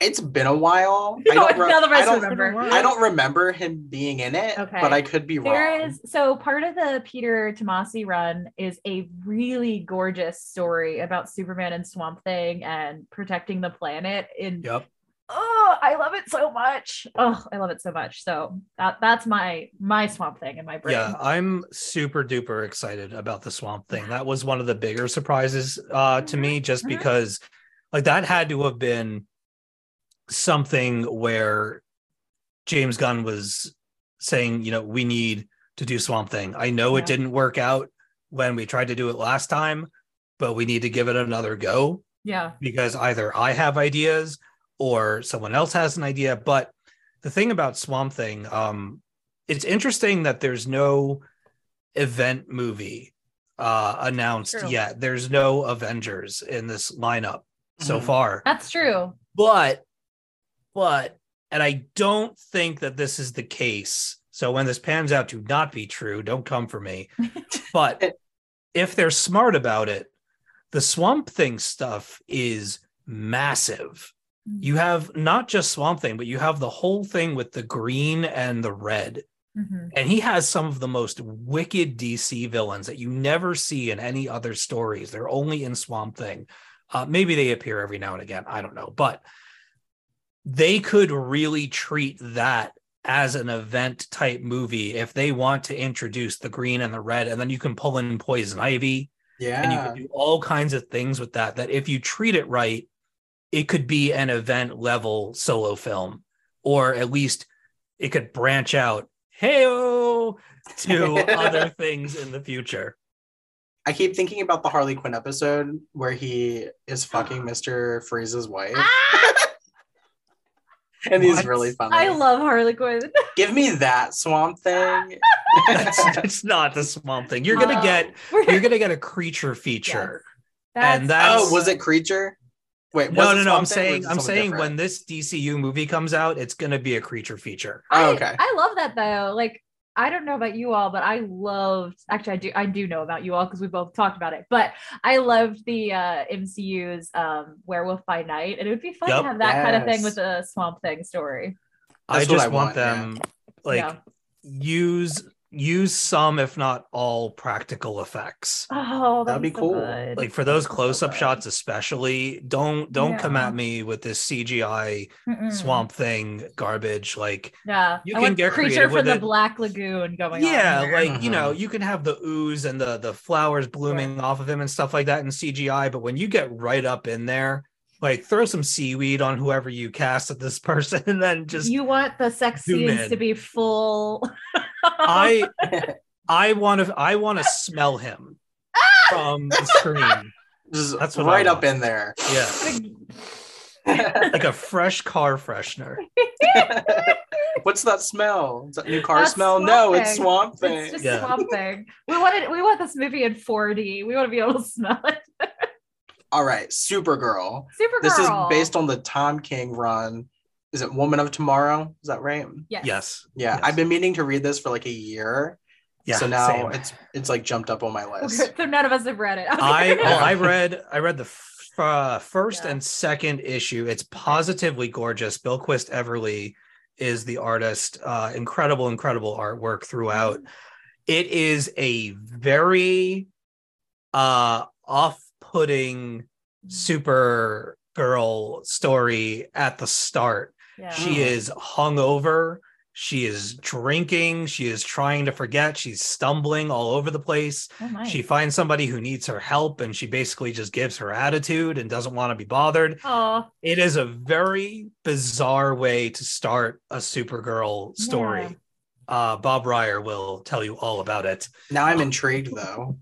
It's been a while. I No, don't re- none of I us don't- remember. I don't remember him being in it, Okay. but I could be There wrong. is so part of the Peter Tomasi run is a really gorgeous story about Superman and Swamp Thing and protecting the planet. In Yep. oh, I love it so much. Oh, I love it so much. So that, that's my my Swamp Thing in my brain. Yeah, I'm super duper excited about the Swamp Thing. That was one of the bigger surprises uh, to me, just mhm. because like that had to have been something where James Gunn was saying, you know, we need to do Swamp Thing. I know Yeah. it didn't work out when we tried to do it last time, but we need to give it another go yeah. because either I have ideas or someone else has an idea. But the thing about Swamp Thing, um, it's interesting that there's no event movie uh, announced True. yet. There's no Avengers in this lineup so Mhm. far. That's true. But, but, and I don't think that this is the case. So when this pans out to not be true, don't come for me. But if they're smart about it, the Swamp Thing stuff is massive. You have not just Swamp Thing, but you have the whole thing with the green and the red. Mhm. And he has some of the most wicked DC villains that you never see in any other stories. They're only in Swamp Thing. Uh, maybe they appear every now and again. I don't know. But they could really treat that as an event type movie if they want to introduce the green and the red. And then you can pull in Poison Ivy and you Yeah. can do all kinds of things with that. That if you treat it right, it could be an event level solo film, or at least it could branch out hey to other things in the future. I keep thinking about the Harley Quinn episode where he is fucking Mr. Freeze's wife. and he's What? really funny. Ah, I love Harley Quinn. Give me that swamp thing. That's, it's not the swamp thing. You're Um, gonna Oh, get we're- you're gonna get a creature feature. that's, and that- oh, was it creature? Wait, was No, it no, no. Swamp Thing or I'm was saying it I'm something saying different? when this DCU movie comes out, it's gonna be a creature feature. Oh, I, okay. I love that though. Like, I don't know about you all, but I loved actually I do I do know about you all because we both talked about it. But I loved the uh MCU's um Werewolf by Night. And it would be fun Yep. to have that kind of thing Yes. with a swamp thing story. I That's what just I want want, them like Yeah. use use some, if not all, practical effects. Oh, That'd that'd, be be so cool. good. Like for those So close-up good. shots, especially, don't don't come Yeah. Hmm. at me with this CGI Mm-mm. swamp thing garbage. Like, Yeah, You I can want get creature creative from with the it. Black Lagoon going on. yeah, here. like you Mhm. know, you can have the ooze and the the flowers blooming off of him and stuff like that in CGI, but when you get right up in there, like throw some seaweed on whoever you cast at this person, and then just you want the sex zoom scenes in. to be full. I I want to I want to smell him from the screen. Just That's That's what right I up want. in there. Yeah, like a fresh car freshener. What's that smell? Is that new car That's smell? Swamp No, it's Thing. swamp it's thing. just Yeah. Swamp Thing. We wanted we want this movie in 4D. We want to be able to smell it. All right, Supergirl. Supergirl. This is based on the Tom King run. Is it Woman of Tomorrow? Is that right? yes. Yes. Yeah, Yes. I've been meaning to read this for like a year. Yeah. so now same. it's it's like jumped up on my list. Okay, So none of us have read it. I Okay. oh, I read I read the f- uh, first Yeah. and second issue. It's positively gorgeous. Bill Quist Everly is the artist. Uh, incredible, incredible artwork throughout. Mm-hmm. It is a very uh, off-putting Supergirl story at the start. Yeah. She is hungover. She is drinking. She is trying to forget. She's stumbling all over the place. Oh, my. She finds somebody who needs her help and she basically just gives her attitude and doesn't want to be bothered. oh, It is a very bizarre way to start a Supergirl story. Yeah. Uh, Bob Ryer will tell you all about it. Now I'm intrigued though.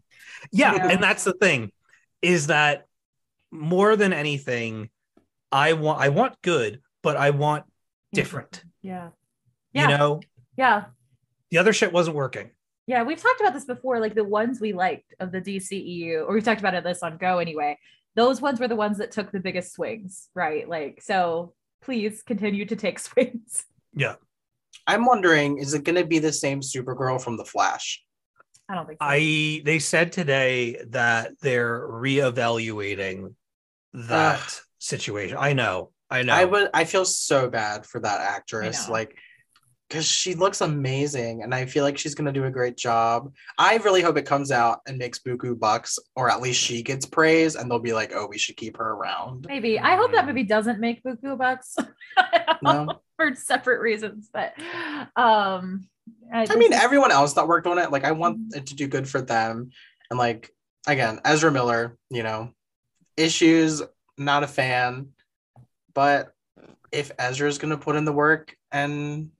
Yeah, Yeah. and that's the thing is that more than anything, I want I want good, but I want different. yeah. You Yeah. know, Yeah. the other shit wasn't working. Yeah, we've talked about this before, like the ones we liked of the DCEU, or we've talked about it this on Go anyway. Those ones were the ones that took the biggest swings, right? Like, so please continue to take swings. I'm wondering, is it gonna be the same Supergirl from The Flash? I don't think so. I they said today that they're reevaluating that situation. I know, I know. I would I feel so bad for that actress, know. like because she looks amazing and I feel like she's gonna do a great job. I really hope it comes out and makes Buku bucks, or at least she gets praise and they'll be like, Oh, we should keep her around. Maybe. I hope that movie doesn't make Buku Bucks No. for separate reasons, but um, I mean, everyone else that worked on it, like I want it to do good for them. And like again, Ezra Miller, you know, issues, not a fan. But if Ezra's gonna put in the work and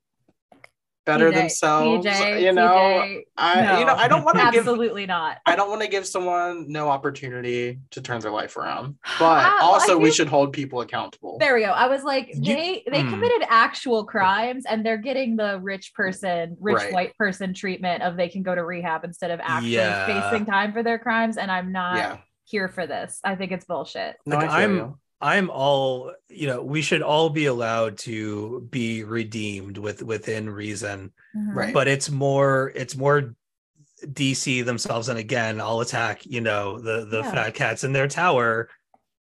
better TJ, themselves, TJ, you know, TJ, I you know, no. I don't want to give absolutely not. I don't want to give someone no opportunity to turn their life around. But Wow, I also we feel- should hold people accountable. There we go. I was like, You- they they Hmm. committed actual crimes, and they're getting the rich person, rich Right. white person treatment of they can go to rehab instead of actually Yeah. facing time for their crimes. And I'm not yeah. here for this. I think it's bullshit. No, Like, I feel I'm- you. I'm all you know. We should all be allowed to be redeemed with within reason, Mm-hmm. Right. but it's more it's more DC themselves. And again, I'll attack you know the the Yeah. fat cats in their tower.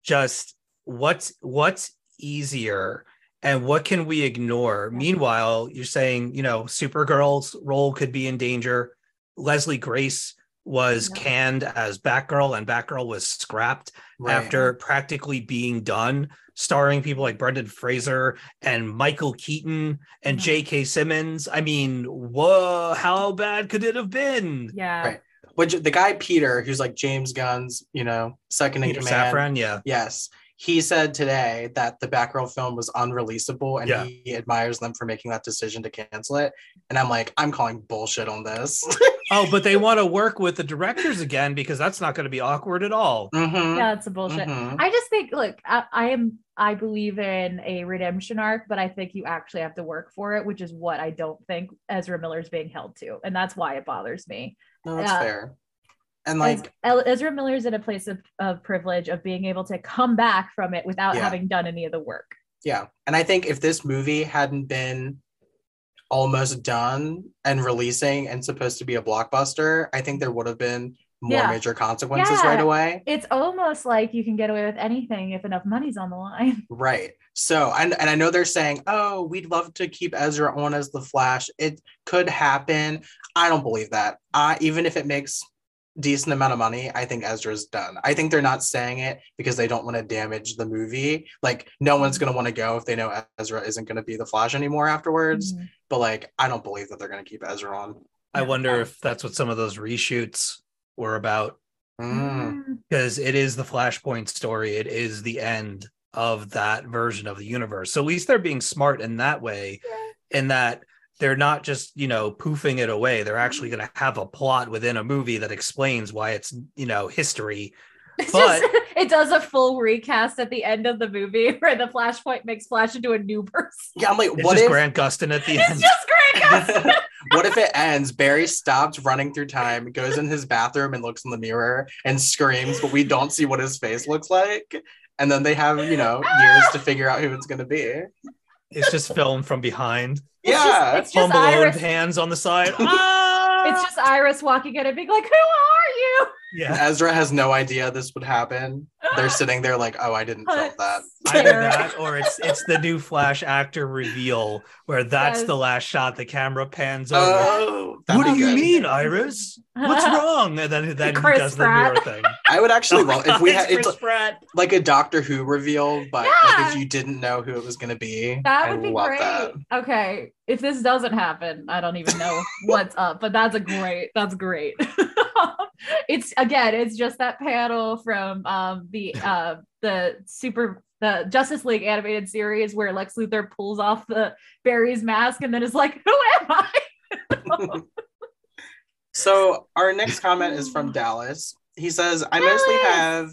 Just what's what's easier and what can we ignore? Yeah. Meanwhile, you're saying you know Supergirl's role could be in danger. Leslie Grace was Yeah. canned as Batgirl, and Batgirl was scrapped Right. after practically being done, starring people like Brendan Fraser and Michael Keaton and Mhm. J.K. Simmons. I mean, whoa, how bad could it have been? Yeah. Right. which the guy Peter, who's like James Gunn's, you know, second in Peter command. Safran, yeah. Yes, he said today that the Batgirl film was unreleasable and Yeah. he admires them for making that decision to cancel it. And I'm like, I'm calling bullshit on this. Oh, but they want to work with the directors again because that's not going to be awkward at all. Mhm, Yeah, it's a bullshit. mhm. I just think, look, I, I am, I believe in a redemption arc, but I think you actually have to work for it, which is what I don't think Ezra Miller's being held to, and that's why it bothers me. No, that's Yeah. fair. And Ez- like, El- Ezra Miller's in a place of, of privilege of being able to come back from it without Yeah. having done any of the work. yeah. And I think if this movie hadn't been almost done and releasing and supposed to be a blockbuster, I think there would have been more Yeah. major consequences Yeah. right away. It's almost like you can get away with anything if enough money's on the line. Right. So, and, and I know they're saying, oh, we'd love to keep Ezra on as the Flash. It could happen. I don't believe that. I, even if it makes decent amount of money, I think Ezra's done. I think they're not saying it because they don't want to damage the movie. Like, no one's going to want to go if they know Ezra isn't going to be the Flash anymore afterwards. Mhm. But, like, I don't believe that they're going to keep Ezra on. I wonder if that's what some of those reshoots were about Mm. Mm. because it is the Flashpoint story. It is the end of that version of the universe. So at least they're being smart in that way, in that they're not just, you know, poofing it away. They're actually Mm-hmm. going to have a plot within a movie that explains why it's, you know, history. It's But- just, it does a full recast at the end of the movie where the flashpoint makes Flash into a new person. Yeah, I'm like, It's what just if, Grant Gustin at the It's end. just great. guys. what if it ends? Barry stops running through time, goes in his bathroom and looks in the mirror and screams, but we don't see what his face looks like. And then they have, you know, years to figure out who it's going to be. It's just filmed from behind. It's Yeah. just, it's just Home Alone Iris. hands on the side. Ah! It's just Iris walking in and being like, "Who are you?" yeah. Ezra has no idea this would happen. They're sitting there like, oh, I didn't film that. either Sarah. that or it's it's the new flash actor reveal where that's Yes. the last shot the camera pans over Oh, that'd what do be you good. mean iris what's wrong and then, then he Chris does Pratt. the mirror thing I would actually Oh love God, if we it's had it's Chris Pratt. like a Doctor Who reveal, but Yeah. like if you didn't know who it was going to be, That I would be love great. that. Okay, if this doesn't happen, I don't even know what's up, but that's a great. That's great. it's again, it's just that panel from um, the uh, the super the Justice League animated series where Lex Luthor pulls off the Barry's mask and then is like, "Who am I?" So our next comment is from Dallas. He says, I mostly have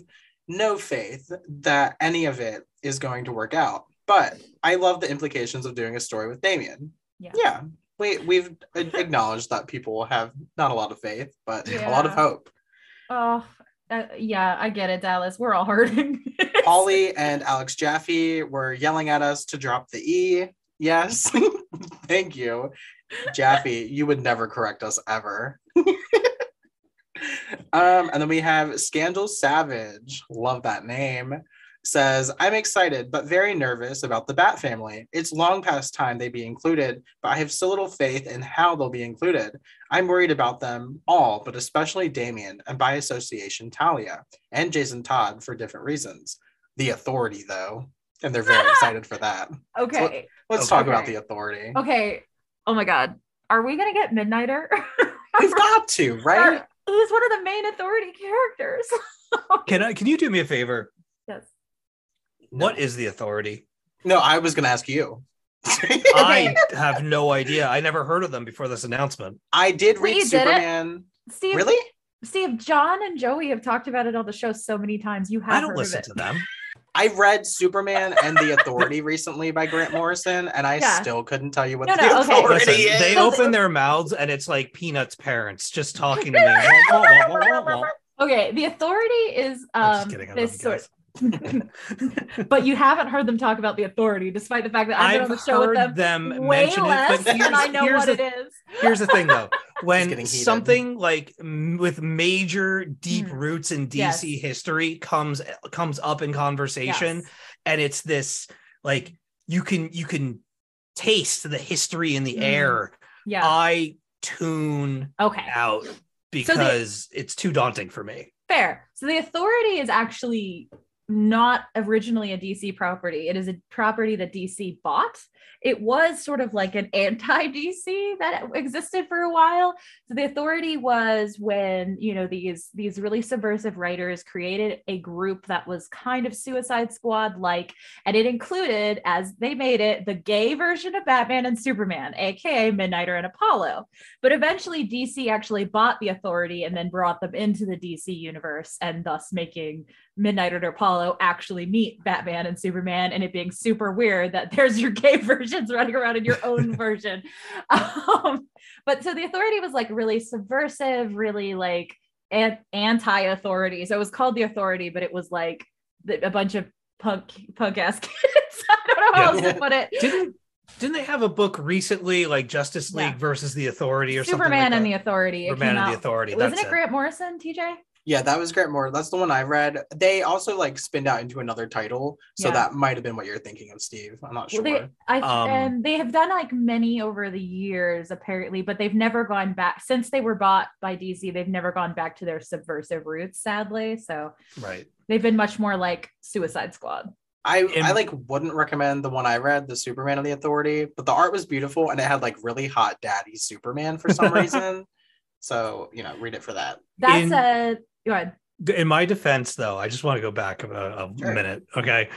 no faith that any of it is going to work out, but I love the implications of doing a story with Damien. Yeah. Yeah. We we've acknowledged that people have not a lot of faith, but a lot of Yeah. hope. Oh, uh, yeah, I get it, Dallas. We're all hurting. Polly and Alex Jaffe were yelling at us to drop the E. Yes. Thank you. Jaffe, you would never correct us ever. um, and then we have Scandal Savage. Love that name. Says, I'm excited but very nervous about the Bat family. It's long past time they be included, but I have so little faith in how they'll be included. I'm worried about them all, but especially Damien and by association Talia and Jason Todd for different reasons. The authority, though, and they're very excited for that. okay. Let's Okay. talk about the authority. Okay. Oh my God. Are we gonna get Midnighter? We've got to, right? Or- He's one of the main authority characters. can i can you do me a favor yes. what is the authority No, I was going to ask you. i have no idea i never heard of them before this announcement I did Wait, read you did it? Superman. Steve. Really? Steve, John and Joey have talked about it on the show so many times. You have i don't heard listen of it. to them I read Superman and the Authority recently by Grant Morrison, and I Yeah. still couldn't tell you what No, the no, okay. authority Listen, is. they So open their mouths and it's like peanuts parents just talking to me Wah, wah, wah, wah, wah, wah. Okay, the authority is I'm just um kidding. I love this you sort, guys. but you haven't heard them talk about the authority, despite the fact that I've, I've been on the show with heard them, them, way mention less it, but than I here's, know here's, what the, it is. here's the thing though. When getting heated. something like m- with major deep Mm. roots in DC Yes. history comes comes up in conversation Yes. and it's this like you can you can taste the history in the Mm. air. Yeah. I tune okay. out because it's too daunting for me. Fair. So the authority is actually not originally a DC property. It is a property that DC bought. It was sort of like an anti DC that existed for a while. So the authority was when, you know, these these really subversive writers created a group that was kind of suicide squad like and it included as they made it the gay version of Batman and Superman, aka Midnighter and Apollo. But eventually DC actually bought the authority and then brought them into the DC universe and thus making Midnighter and Apollo actually meet Batman and Superman, and it being super weird that there's your gay versions running around in your own version. Um, but so the authority was like really subversive, really like an- anti authority. So it was called the authority, but it was like the, a bunch of punk punk ass kids. I don't know how Yeah. else to put it. Didn't didn't they have a book recently like Justice League Yeah. versus the Authority or Superman and something? the Authority. It Superman came and the out. Authority. Wasn't That's it Grant Morrison, TJ? Yeah, that was Grant Moore. That's the one I read. They also like spinned out into another title, so Yeah. that might have been what you're thinking of, Steve. I'm not sure. Well, they, I Um, and they have done like many over the years, apparently, but they've never gone back since they were bought by DC. They've never gone back to their subversive roots, sadly. So Right. they've been much more like Suicide Squad. I in- I like wouldn't recommend the one I read, the Superman of the Authority, but the art was beautiful and it had like really hot daddy Superman for some reason. So you know, read it for that. That's In- a go ahead. In my defense, though, I just want to go back a, a Sure. minute. Okay.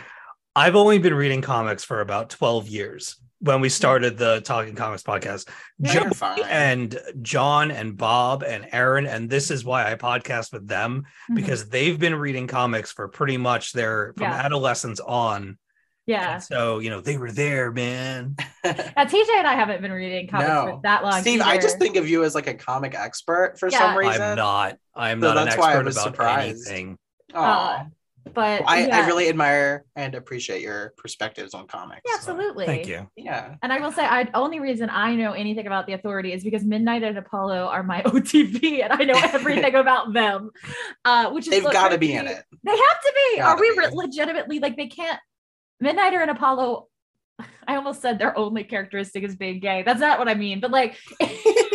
I've only been reading comics for about 12 years when we started the Talking Comics podcast. Yeah, Joey You're fine. and John and Bob and Aaron, and this is why I podcast with Mhm. them Mm-hmm. because they've been reading comics for pretty much their from Yeah. adolescence on. yeah. And so, you know, they were there, man. Now TJ and I haven't been reading comics No. for that long. Steve, I just either. think of you as like a comic expert for Yeah. some reason. I'm not. I'm So not an that's why I expert was about surprised. anything. Aw. Uh, but I, yeah. I really admire and appreciate your perspectives on comics. Yeah, so, absolutely. Thank you. Yeah. And I will say, I only reason I know anything about the authority is because Midnight and Apollo are my OTV, and I know everything about them. Uh, which is They've what got to makes be in me- it. They have to be. Gotta are we be. re- legitimately like they can't? Midnighter and Apollo. I almost said their only characteristic is being gay. That's not what I mean, but like.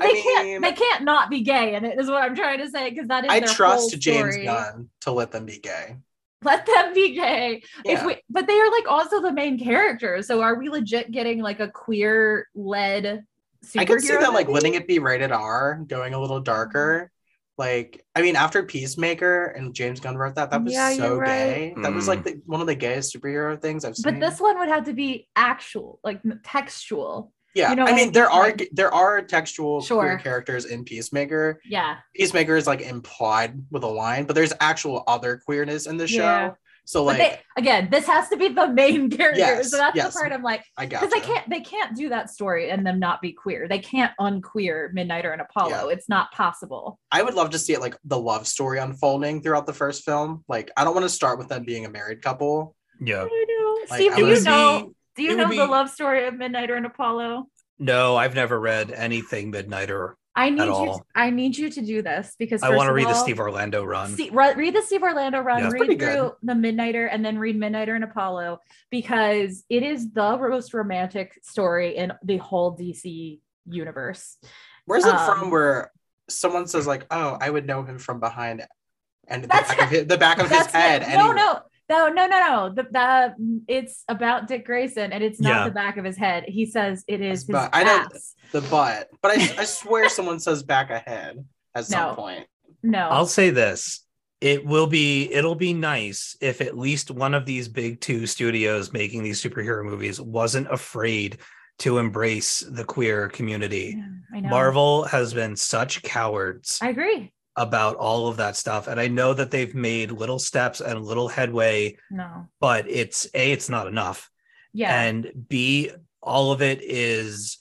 They mean- can't. They can't not be gay, and it is what I'm trying to say because that is. I their whole trust James story. Gunn to let them be gay. Let them be gay Yeah. if we but they are like also the main characters so are we legit getting like a queer led I could see them like living letting it be rated R, going a little darker. Like, I mean, after Peacemaker and James Gunn wrote that, that was Yeah, so you're right. gay. That was Mm. like the, one of the gayest superhero things I've but seen. this one would have to be actual like n- textual yeah, you know I what I mean, there mean? are Like- there are textual Sure. queer characters in Peacemaker. yeah Peacemaker is like implied with a line, but there's actual other queerness in the show. Yeah. So but like, they, again this has to be the main character Yes, so that's yes. the part i'm like I got because they can't they can't do that story and them not be queer they can't unqueer midnighter and apollo it's not possible I would love to see it like the love story unfolding throughout the first film. Like, I don't want to start with them being a married couple. Yeah. Like, steve I do would you be- know do it you would know be- the love story of midnighter and apollo No, I've never read anything Midnighter. I need you. all. I need you to do this because I want first to of read the all, Steve Orlando run. See, re- read the Steve Orlando run. Yeah. It's pretty read good. through the Midnighter and then read Midnighter and Apollo because it is the most romantic story in the whole DC universe. Where's it Um, from? Where someone says like, "Oh, I would know him from behind," and the That's- back of his, the back of his That's head. it. No, anyway. no, no, no, no, no. The, the it's about Dick Grayson and it's not Yeah. the back of his head. He says it is his But I don't- ass. the butt. But I, I swear someone says back ahead at some No. point. No, I'll say this. It will be it'll be nice if at least one of these big two studios making these superhero movies wasn't afraid to embrace the queer community. I know. Marvel has been such cowards I agree. about all of that stuff and I know that they've made little steps and little headway, No. but it's a it's not enough Yeah. and b all of it is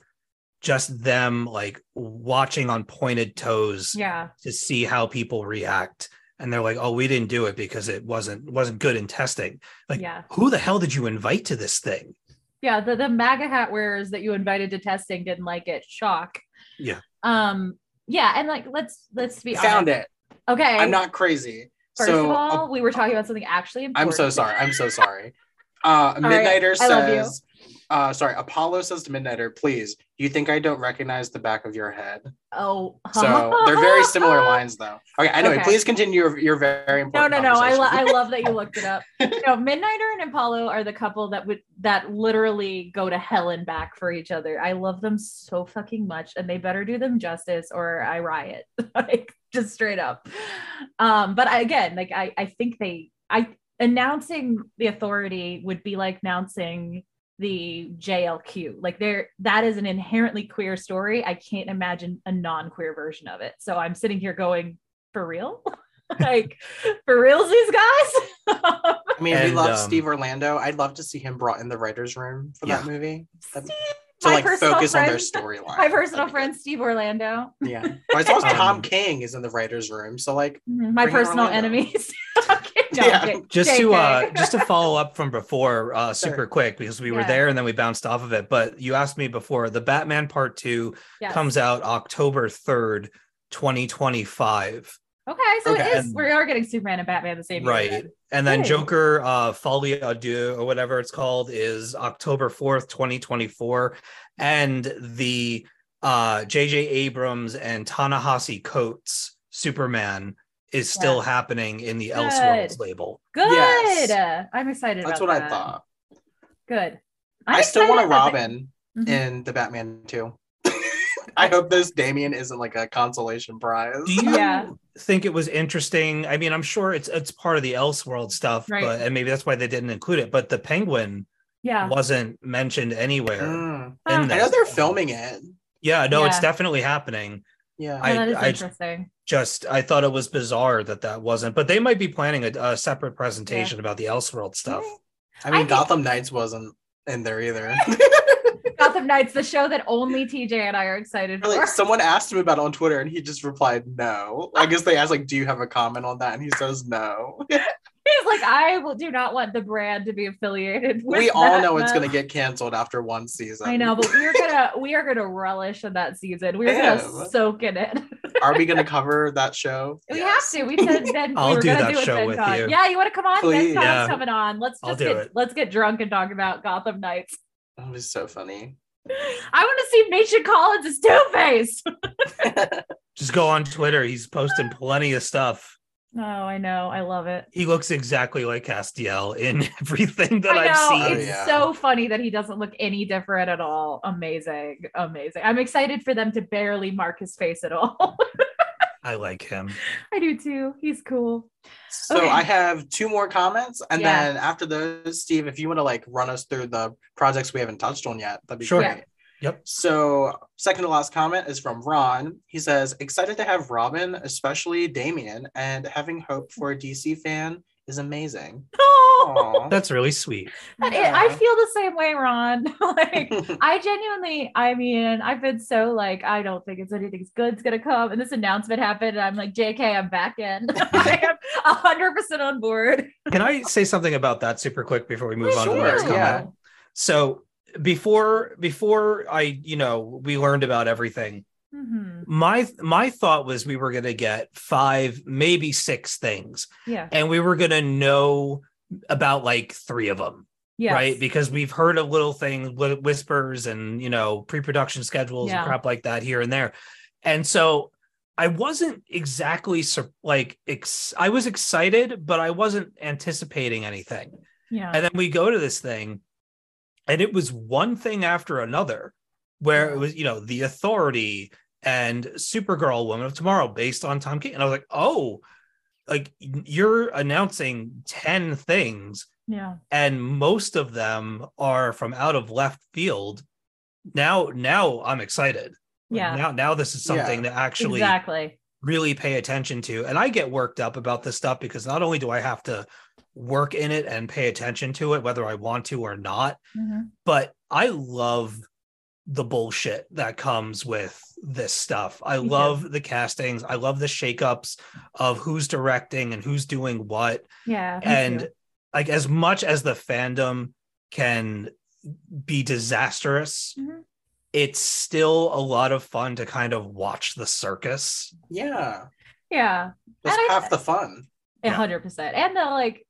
just them like watching on pointed toes yeah. to see how people react and they're like oh we didn't do it because it wasn't wasn't good in testing like yeah. who the hell did you invite to this thing Yeah, the, the MAGA hat wearers that you invited to testing didn't like it. Shock. Yeah. Um. Yeah, and like let's let's be Found honest. it. Okay. I'm not crazy. First so uh, of all, we were talking about something actually important. I'm so sorry. I'm so sorry. Uh, right. Midnighter I love you. says uh sorry apollo says to midnighter please you think i don't recognize the back of your head Oh, so they're very similar lines though okay anyway Okay. please continue your, your very No, important no, no. I, lo- conversation. I love that you looked it up. No, Midnighter and Apollo are the couple that would that literally go to hell and back for each other. I love them so fucking much, and they better do them justice, or I riot, like just straight up. Um, but I, again, like I, I think they, I announcing the authority would be like announcing the JLQ. Like there, that is an inherently queer story. I can't imagine a non-queer version of it. So I'm sitting here going, for real. like for reals these guys I mean, And, we love um, Steve Orlando. I'd love to see him brought in the writers' room for that movie Steve, to my like personal focus on their friend- storyline. my personal That'd be friend steve orlando good. Yeah, but I suppose Um, Tom King is in the writers' room, so like, Mhm, my Bring it personal Orlando. enemies Okay, no, Yeah. okay, just to uh JK. just to follow up from before uh Sure. super quick because we were Yeah. there and then we bounced off of it but you asked me before the batman part two Yes. comes out october 3rd 2025 okay so Okay, it is and- we are getting superman and batman the same year right then. and then Good. joker uh folly à deux or whatever it's called is october 4th 2024 and the uh jj abrams and tanahasi coates superman is still happening in the Good. elseworlds label good Yes. Uh, i'm excited that's about what I that. thought. good I'm i still want a excited about that. Robin Mhm. in the Batman too. I hope this Damien isn't like a consolation prize. Do you Yeah. think it was interesting? I mean, I'm sure it's it's part of the Elseworld stuff, Right. but and maybe that's why they didn't include it. But the penguin yeah wasn't mentioned anywhere. Mm. Huh. In I that. know they're filming it. Yeah, no, it's Yeah. definitely happening. Yeah, No, Oh, that is I- I- interesting Just I thought it was bizarre that that wasn't, but they might be planning a, a separate presentation about the Elseworld stuff. I mean, think- Gotham Knights wasn't in there either. gotham knights the show that only tj and i are excited for Like someone asked him about it on Twitter, and he just replied, "No." I guess they asked, like, "Do you have a comment on that?" And he says, "No." He's like, I will, do not want the brand to be affiliated. With we all that know it's mess." going to get canceled after one season. I know, but we're gonna we are gonna relish in that season. We're Ew. gonna soak in it. Are we going to cover that show? We Yes. have to. We said then I'll we were do gonna that do it show then with Con. you. Yeah, you want to come on? Please. Please. Yeah. coming on. Let's I'll just do get it. let's get drunk and talk about Gotham Knights. That was so funny. I want to see Mason Collins as Two Face. Just go on Twitter; he's posting Ah. plenty of stuff. Oh, I know. I love it. He looks exactly like Castiel in everything that I I've know seen. Oh, it's yeah. so funny that he doesn't look any different at all. Amazing, amazing. I'm excited for them to barely mark his face at all. I like him. I do too. He's cool. So Okay. I have two more comments, and Yeah. then after those, Steve, if you want to like run us through the projects we haven't touched on yet, that'd be Sure. great. Yep. So second to last comment is from Ron. He says, "Excited to have Robin, especially Damien, and having hope for a DC fan is amazing." Oh, Aw. That's really sweet. that is- Yeah. I feel the same way, Ron. like, I genuinely, I mean, I've been so like, I don't think it's anything's good's gonna come. And this announcement happened, and I'm like, JK, I'm back in. I'm 100% on board. Can I say something about that super quick before we move on to the Sure, next comment? yeah. So before before I, you know, we learned about everything. Mhm. My my thought was we were going to get five, maybe six things, Yeah. and we were going to know about like three of them, Yeah. right? Because we've heard of little things, whi- whispers, and you know, pre-production schedules Yeah. and crap like that here and there, and so. I wasn't exactly sur- like ex- I was excited, but I wasn't anticipating anything. Yeah. And then we go to this thing, and it was one thing after another, where it was, you know, the authority and Supergirl Woman of Tomorrow based on Tom King. And I was like, oh, like you're announcing 10 things, yeah. and most of them are from out of left field. Now, now I'm excited. Like, Yeah. Now, now this is something that actually exactly. really pay attention to. And I get worked up about this stuff because not only do I have to work in it and pay attention to it, whether I want to or not, Mhm. but I love the bullshit that comes with this stuff. I Me too. love the castings. I love the shakeups of who's directing and who's doing what. Yeah. me and too. like as much as the fandom can be disastrous, Mhm. it's still a lot of fun to kind of watch the circus. yeah, yeah. that's And I- half the fun. A Yeah. hundred percent. And they're like,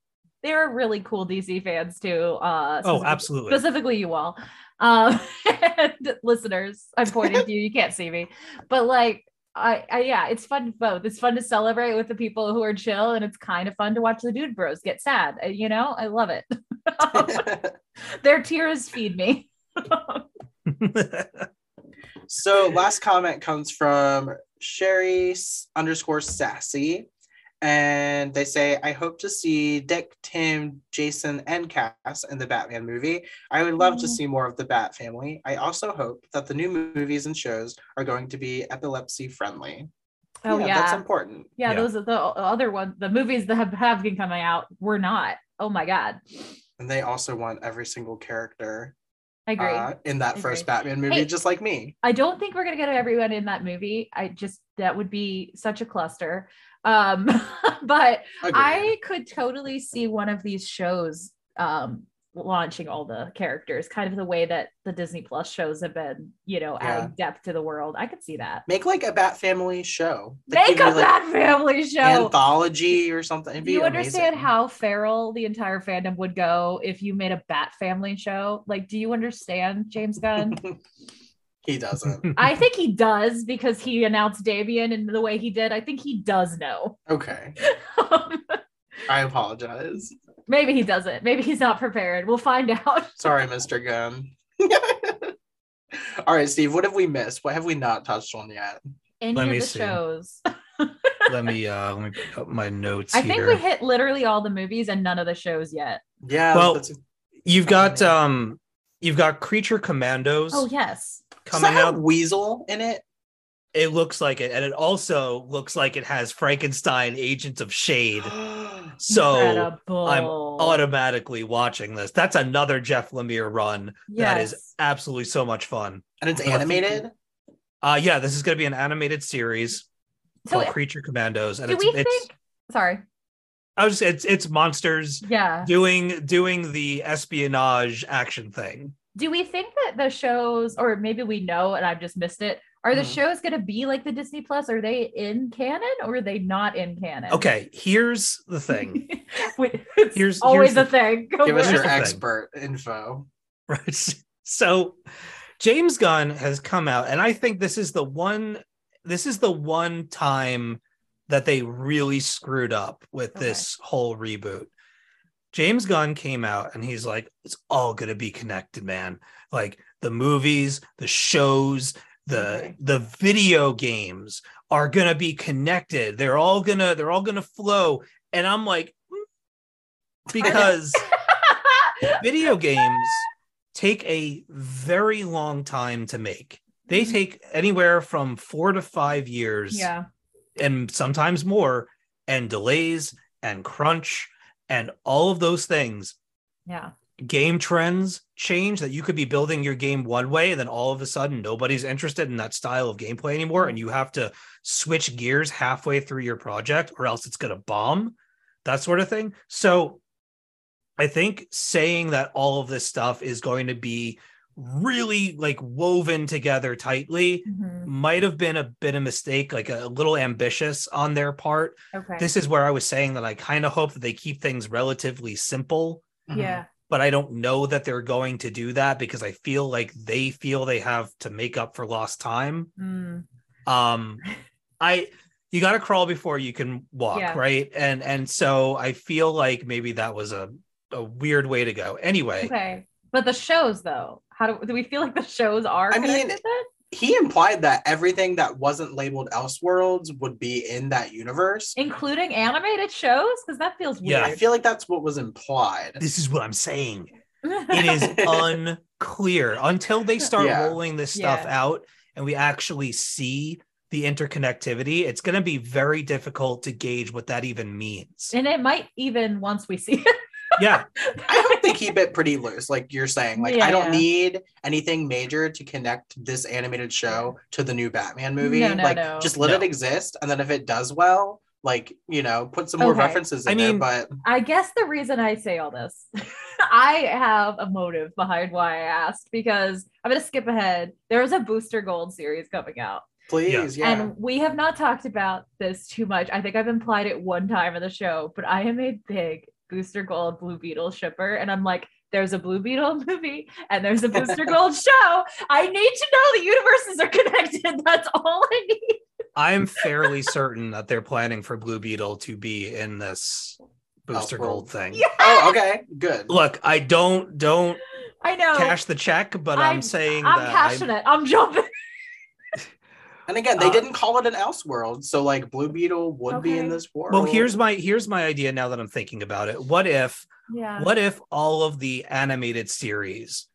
they're really cool DC fans too. Uh, Oh, specifically- absolutely. Specifically, you all. Um, and listeners, I'm pointing to you. You can't see me, but like, I, I yeah, it's fun both. It's fun to celebrate with the people who are chill, and it's kind of fun to watch the dude bros get sad. Uh, You know, I love it. Oh. Their tears feed me. So last comment comes from Sherry s- underscore sassy. And they say, I hope to see Dick, Tim, Jason, and Cass in the Batman movie. I would love to Mm. see more of the Bat family. I also hope that the new movies and shows are going to be epilepsy friendly. Oh yeah, That's important. yeah, Yeah. Those are the other ones. The movies that have, have been coming out were not. Oh my god, And they also want every single character I agree. uh, in that Agree. first Batman movie, Hey. just like me. I don't think we're gonna get everyone in that movie. I just that would be such a cluster. Um, but I could totally see one of these shows um launching all the characters, kind of the way that the Disney Plus shows have been, you know, adding depth to the world. I could see that. Make like a Bat family show. Like, Make give me, a Bat Family show. anthology or something. It'd be you understand amazing. how feral the entire fandom would go if you made a Bat Family show? Like, do you understand, James Gunn? he doesn't. I think he does because he announced Damien in the way he did. I think he does know. Okay. I apologize. Maybe he doesn't. Maybe he's not prepared. We'll find out. Sorry, Mr. Gunn. All right, Steve, what have we missed? What have we not touched on yet? Any Let of me the see. shows. let me uh let me pick up my notes I here. think we hit literally all the movies and none of the shows yet. Yeah. Well, that's- you've got um you've got creature commandos Oh yes. does coming that have out. Weasel in it? It looks like it, and it also looks like it has Frankenstein Agents of Shade. So Incredible. I'm automatically watching this. That's another Jeff Lemire run. That is Yes. absolutely so much fun. and it's animated? Uh yeah, this is gonna be an animated series So called Creature Commandos. And do it's we it's think sorry. I was it's it's monsters Yeah. doing doing the espionage action thing. Do we think that the shows, or maybe we know and I've just missed it, are the Mm-hmm. Mhm. shows gonna be like the Disney Plus? Are they in canon or are they not in canon? Okay, here's the thing. Wait, it's Here's- always here's a thing. Go Give for us it. your the thing. expert info. Right. So James Gunn has come out, and I think this is the one this is the one time that they really screwed up with Okay. this whole reboot. James Gunn came out and he's like, it's all gonna be connected, man. Like the movies, the shows, the Okay. the video games are gonna be connected. They're all gonna they're all gonna flow. And I'm like, "Mm." because video games take a very long time to make. They Mhm. take anywhere from four to five years, yeah. and sometimes more, and delays and crunch and all of those things. Yeah. Game trends change that you could be building your game one way, and then all of a sudden, nobody's interested in that style of gameplay anymore, and you have to switch gears halfway through your project, or else it's going to bomb, that sort of thing. So I think saying that all of this stuff is going to be really like woven together tightly Mhm. might have been a bit of mistake, like a little ambitious on their part. Okay. This is where I was saying that I kind of hope that they keep things relatively simple, Mm-hmm. yeah. but I don't know that they're going to do that because I feel like they feel they have to make up for lost time. Mm. Um I you got to crawl before you can walk, Yeah. right? And and so I feel like maybe that was a a weird way to go. Anyway, Okay. But the shows though, how do, do we feel like the shows are I mean, connected then? He implied that everything that wasn't labeled Elseworlds would be in that universe. Including animated shows? Because that feels Yeah. I weird. feel like that's what was implied. this is what I'm saying. it is unclear until they start Yeah. rolling this stuff out and we actually see the interconnectivity it's going to be very difficult to gauge what that even means and it might even once we see it. yeah I hope they keep it pretty loose, like you're saying. Like, I don't Yeah. need anything major to connect this animated show to the new Batman movie. No, no, like, no. just let No. it exist, and then if it does well, like you know, put some more Okay. references in I mean- there. But I guess the reason I say all this, I have a motive behind why I asked because I'm going to skip ahead. There is a Booster Gold series coming out, please, yeah, and we have not talked about this too much. I think I've implied it one time in the show, but I am a big Booster Gold Blue Beetle shipper, and I'm like, there's a Blue Beetle movie and there's a Booster Gold show. I need to know the universes are connected. That's all I need. I'm fairly certain that they're planning for Blue Beetle to be in this Booster well. Gold thing. Yeah, Oh, okay, good. Look, I don't don't I know. cash the check, but I'm, I'm- saying I'm that passionate. I'm, jumping. And again, they Uh, didn't call it an Elseworld, so like Blue Beetle would be Okay. in this world. Well, here's my here's my idea now that I'm thinking about it. What if Yeah. what if all of the animated series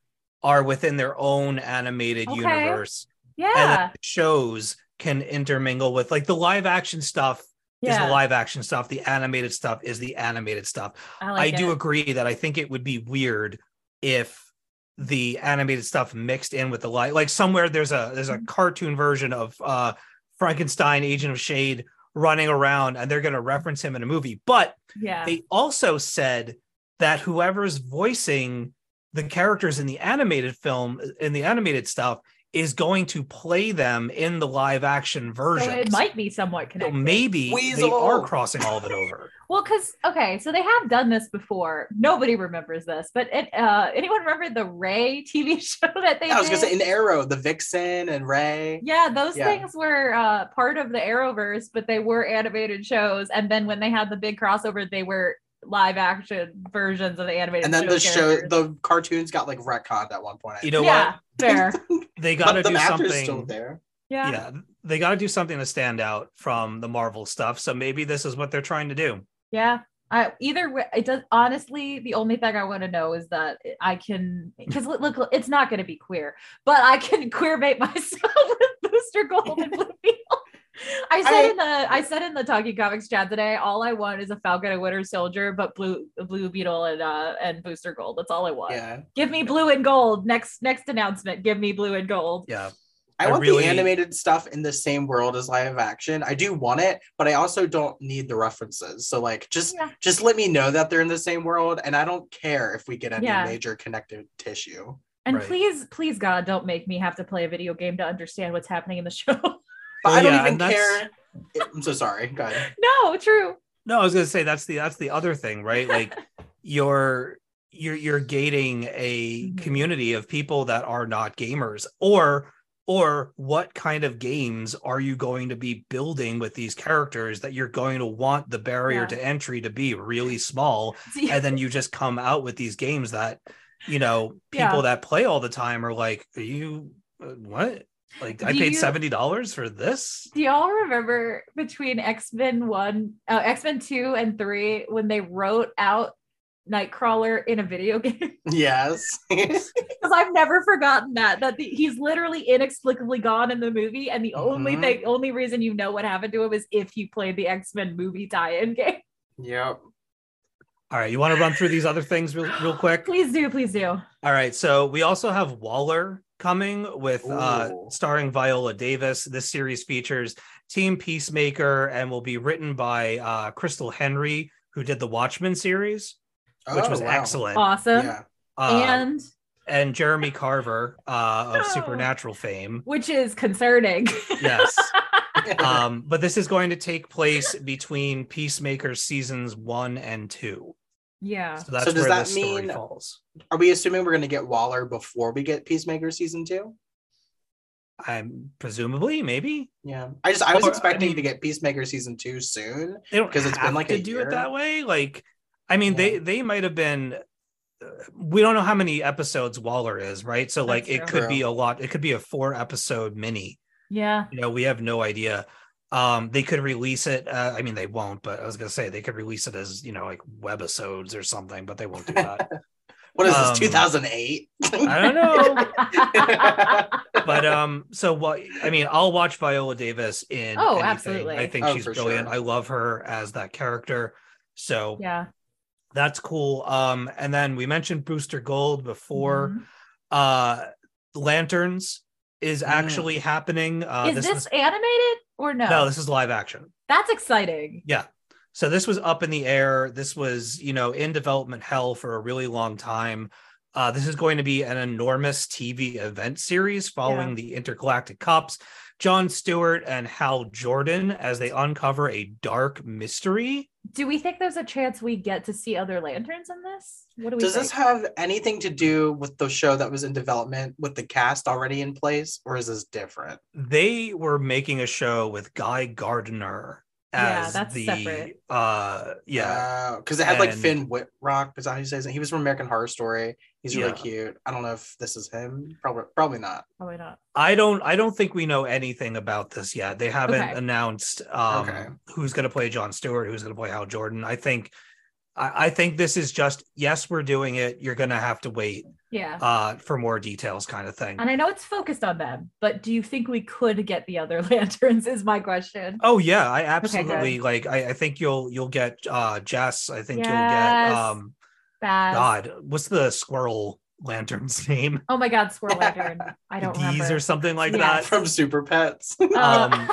are within their own animated Okay. universe and Yeah. then shows can intermingle with like the live action stuff is the yeah. live action stuff, the animated stuff is the animated stuff. I, I do agree that I think it would be weird if the animated stuff mixed in with the light. Like somewhere there's a there's a Mhm. cartoon version of uh Frankenstein Agent of Shade running around and they're going to reference him in a movie. But Yeah. they also said that whoever's voicing the characters in the animated film in the animated stuff is going to play them in the live action version. so it might be somewhat connected. maybe they Weasel. are crossing all of it over. Well, because okay, so they have done this before. Nobody remembers this, but it, uh, anyone remember the Ray TV show that they? I was did? gonna say in Arrow, the Vixen and Ray. Yeah, those Yeah. things were uh, part of the Arrowverse, but they were animated shows. And then when they had the big crossover, they were live action versions of the animated. And then the show, characters. the cartoons got like retconned at one point. I You know yeah, what? fair. They think. got to But do the actor's something. still there. Yeah. yeah, yeah they got to do something to stand out from the marvel stuff so maybe this is what they're trying to do I, either way, it does. Honestly, the only thing I want to know is that I can, because look, look, it's not going to be queer, but I can queer bait myself with Booster Gold and Blue Beetle. I said I- in the I said in the Talking Comics chat today, all I want is a Falcon and Winter Soldier, but Blue Blue Beetle and uh and Booster Gold. That's all I want. Yeah, Give me blue and gold. Next next announcement. Give me blue and gold. yeah I, I want really- the animated stuff in the same world as live action. I do want it, but I also don't need the references. So like, just Yeah. just let me know that they're in the same world, and I don't care if we get any Yeah. major connective tissue. And Right. please, please God, don't make me have to play a video game to understand what's happening in the show. But Well, I don't Oh, yeah, even and that's- care. I'm so sorry. Go ahead. no, true. no i was gonna say that's the that's the other thing right like you're you're you're gating a Mhm. community of people that are not gamers or or what kind of games are you going to be building with these characters that you're going to want the barrier Yeah. to entry to be really small See, and then you just come out with these games that you know people Yeah. that play all the time are like are you uh, what like i Do paid you- $70 for this do y'all remember between X-Men 1, oh, X-Men 2 and 3 when they wrote out Nightcrawler in a video game? Yes. because I've never forgotten that that the, he's literally inexplicably gone in the movie, and the only Mm-hmm. Mhm. thing, only reason you know what happened to him is if you played the X Men movie tie-in game. yep. all right you want to run through these other things real, real quick Please do, please do. all right so we also have waller coming with uh Ooh. starring viola davis this series features team peacemaker and will be written by uh crystal henry who did the watchmen series which Oh, was wow. excellent Awesome. Yeah. Uh, and Oh. and jeremy carver uh of No. supernatural fame which is concerning. yes um, but this is going to take place between Peacemaker seasons one and two. yeah. So that's So does where that this story mean- falls. Are we assuming we're going to get Waller before we get Peacemaker season two? I'm presumably maybe Yeah. I just I was Or, I expecting mean- to get Peacemaker season two soon. they don't 'Cause it's been have like to a do year. it that way. Like, I mean, Yeah. they they might have been. uh, We don't know how many episodes Waller is, right? So like, That's it true. could be a lot. It could be a four episode mini. Yeah. You know, we have no idea. Um, they could release it. Uh, I mean, they won't. But I was gonna say they could release it as you know, like webisodes or something. But they won't do that. What is Um, this? Two thousand eight. I don't know. yeah. but um so what i mean i'll watch viola davis in Oh, anything. absolutely. i think Oh, she's for brilliant sure. i love her as that character so that's cool um and then we mentioned booster gold before Mhm. uh lanterns is Mm. actually happening uh is this, was, animated or no? no this is live action That's exciting. yeah so this was up in the air this was you know in development hell for a really long time Uh, this is going to be an enormous TV event series following Yeah. the intergalactic cops, John Stewart and Hal Jordan, as they uncover a dark mystery. Do we think there's a chance we get to see other lanterns in this? What do we Does this think? have anything to do with the show that was in development with the cast already in place, or is this different? They were making a show with Guy Gardner Yeah, as that's the separate. uh yeah. because it had like And- Finn Whitrock. Is that who says it? He was from American Horror Story. He's really Yeah. cute. I don't know if this is him. Probably, probably not. Probably not. I don't I don't think we know anything about this yet. They haven't Okay. announced um Okay. who's gonna play John Stewart, who's gonna play Hal Jordan. I think I, I think this is just yes, we're doing it. You're gonna have to wait Yeah. uh for more details kind of thing. and I know it's focused on them, but do you think we could get the other lanterns? Is my question. Oh yeah, I good. absolutely like I, I think you'll you'll get uh Jess. I think you'll Yes. get um Baz. God, what's the squirrel lantern's name? Oh my God, squirrel lantern. I don't Geese remember. or something like Yeah. that. From Super Pets. Um,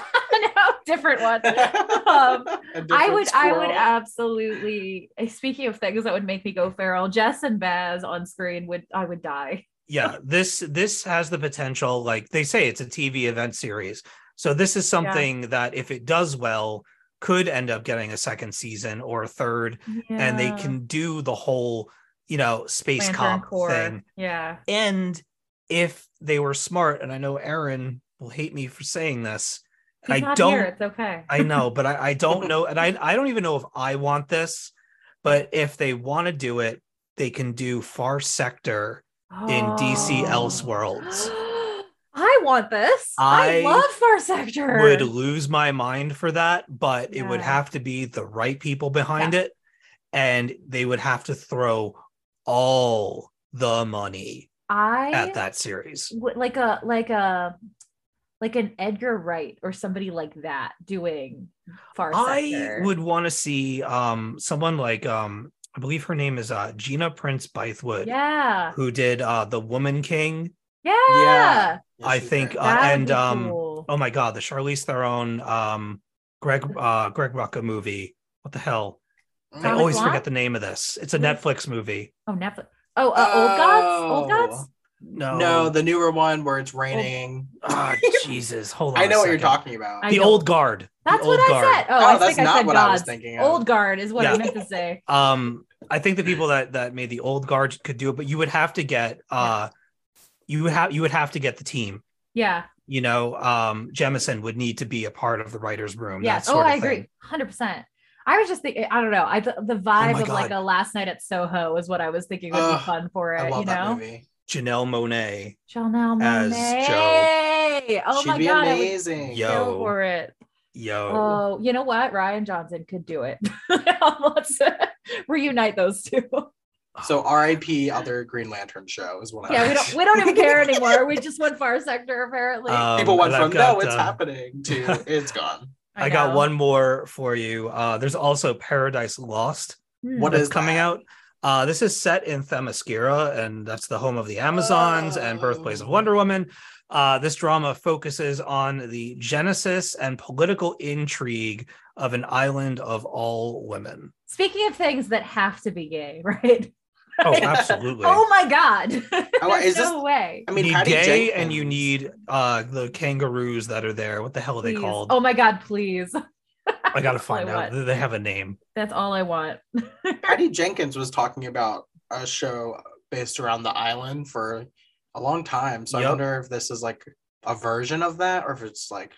no, different one. Um, I would, I would absolutely. eh, Speaking of things that would make me go feral, Jess and Baz on screen would, I would die. Yeah, this this has the potential, like they say it's a TV event series. So this is something that if it does well, could end up getting a second season or a third, and they Yeah. can do the whole, you know, space Lantern cop Corps. thing. Yeah. And if they were smart, and I know Aaron will hate me for saying this, and He's I not don't Here. It's okay. I know, but I, I don't know, and I I don't even know if I want this, but if they want to do it, they can do Far Sector in DC Oh. Elseworlds. I want this. I, I love Far Sector. Would lose my mind for that, but it would Yeah. have to be the right people behind it, and they would have to throw all the money I at that series. w- like a like a like an Edgar Wright or somebody like that doing Far I Sector. would want to see um someone like um I believe her name is uh Gina Prince Bythewood. Yeah. Who did uh the Woman King? Yeah. Yeah. I think, uh, That would and, be um, cool. oh my god, the Charlize Theron, um, Greg, uh, Greg Rucka movie. What the hell? I Atomic always Blonde? forget the name of this. It's a What? Netflix movie. Oh, Netflix. Oh, uh, Old Gods. Oh. Old Gods. No, No, the newer one where it's raining. Ah, Jesus, hold on. I a know what you're second. talking about. I The know. old guard. The That's old what guard. I said. Oh, Oh, I that's think I not said what I was gods. thinking. Of. Old guard is what I Yeah. meant to say. Um, I think the people that that made the old guard could do it, but you would have to get uh, you would have you would have to get the team. Yeah. You know, um, Jemison would need to be a part of the writers' room. that Yes. Oh, sort of I agree. thing. Oh Hundred percent. I was just thinking. I don't know. I the, the vibe my of like a God. last night at Soho is what I was thinking would Ugh, be fun for it. I love you that know, movie. Janelle Monet. Janelle As Monae. Oh She'd my be god, I would amazing. Yo. kill for it. Yo. Um, Oh, you know what? Ryan Johnson could do it. Let's reunite those two. So R.I.P. Other Green Lantern show is what I. Oh, Yeah, we don't we don't even care anymore. We just went far sector apparently. Um, People went and I've from got, no, it's uh, happening to it's gone. I, got know. one more for you. Uh, there's also Paradise Lost Hmm. What that's is coming that? out. Uh, this is set in Themyscira, and that's the home of the Amazons and birthplace of Oh. Wonder Woman. Uh, this drama focuses on the genesis and political intrigue of an island of all women. Speaking of things that have to be gay, right? Oh, absolutely. Oh my god. Oh, There's is no way. I I mean, mean, you need Patty gay Jenkins. and you need uh, the kangaroos that are there. What the hell are they Please. called? Oh my god, please. I gotta find Wait, out. They have a name. That's all I want. Patty Jenkins was talking about a show based around the island for a long time. So Yep. I wonder if this is like a version of that, or if it's like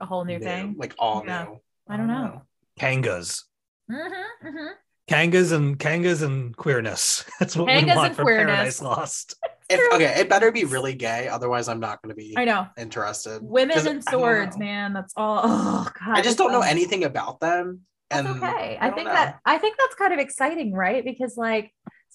A whole new thing. like all Yeah. new. I don't know. Kangas. Mm-hmm, mm-hmm. Kangas and Kangas and queerness. That's what we Kangas want and for queerness. Paradise Lost. If, okay, it better be really gay, otherwise I'm not going to be I know. interested. Women 'Cause and I don't swords, know. man. That's all. Oh god. I just don't know anything. anything about them. And That's okay. I, don't think know. that I think that's kind of exciting, right? Because like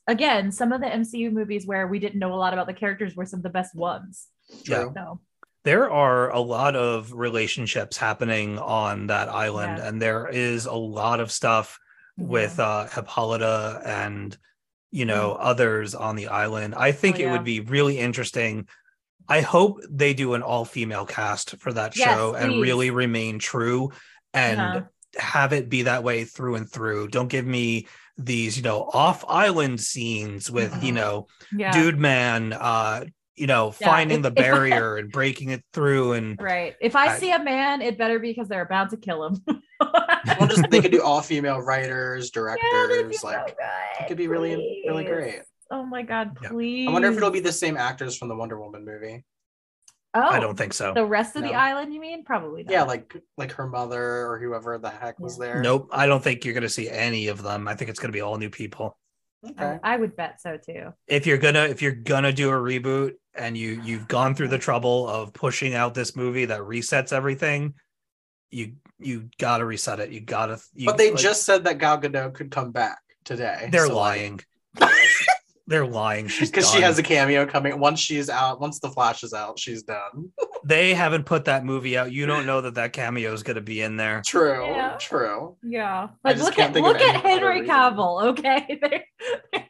again, some of the MCU movies where we didn't know a lot about the characters were some of the best ones. Yeah. True. So There are a lot of relationships happening on that island, Yeah. and there is a lot of stuff with uh Hippolyta and you know others on the island. I think it Mm-hmm. Oh, yeah. would be really interesting. I hope they do an all-female cast for that Yes, show and please. really remain true and Uh-huh. have it be that way through and through. Don't give me these you know off island scenes with Mm-hmm. you know yeah. dude man uh you know Yeah, finding if- the if I- barrier and breaking it through and Right. If I I- see a man, it better be because they're about to kill him. Well, just they could do all female writers, directors. like it could be really- really great. Oh my god, Yeah. please. I wonder if it'll be the same actors from the Wonder Woman movie. oh, i don't think so the rest of the No. island, you mean? Probably not. Yeah, like like her mother or whoever the heck was there. nope i don't think you're going to see any of them i think it's going to be all new people Okay. I, I would bet so too. if you're gonna if you're gonna do a reboot and you you've gone through the trouble of pushing out this movie that resets everything you you gotta reset it you gotta you, But they like, just said that Gal Gadot could come back today. they're so, like, lying they're lying she's because she done. has a cameo coming once she's out once the flash is out she's done they haven't put that movie out you don't know that that cameo is gonna be in there true Yeah. true Yeah. I Like just look can't at think of look at any other Henry reason. Cavill, okay? There-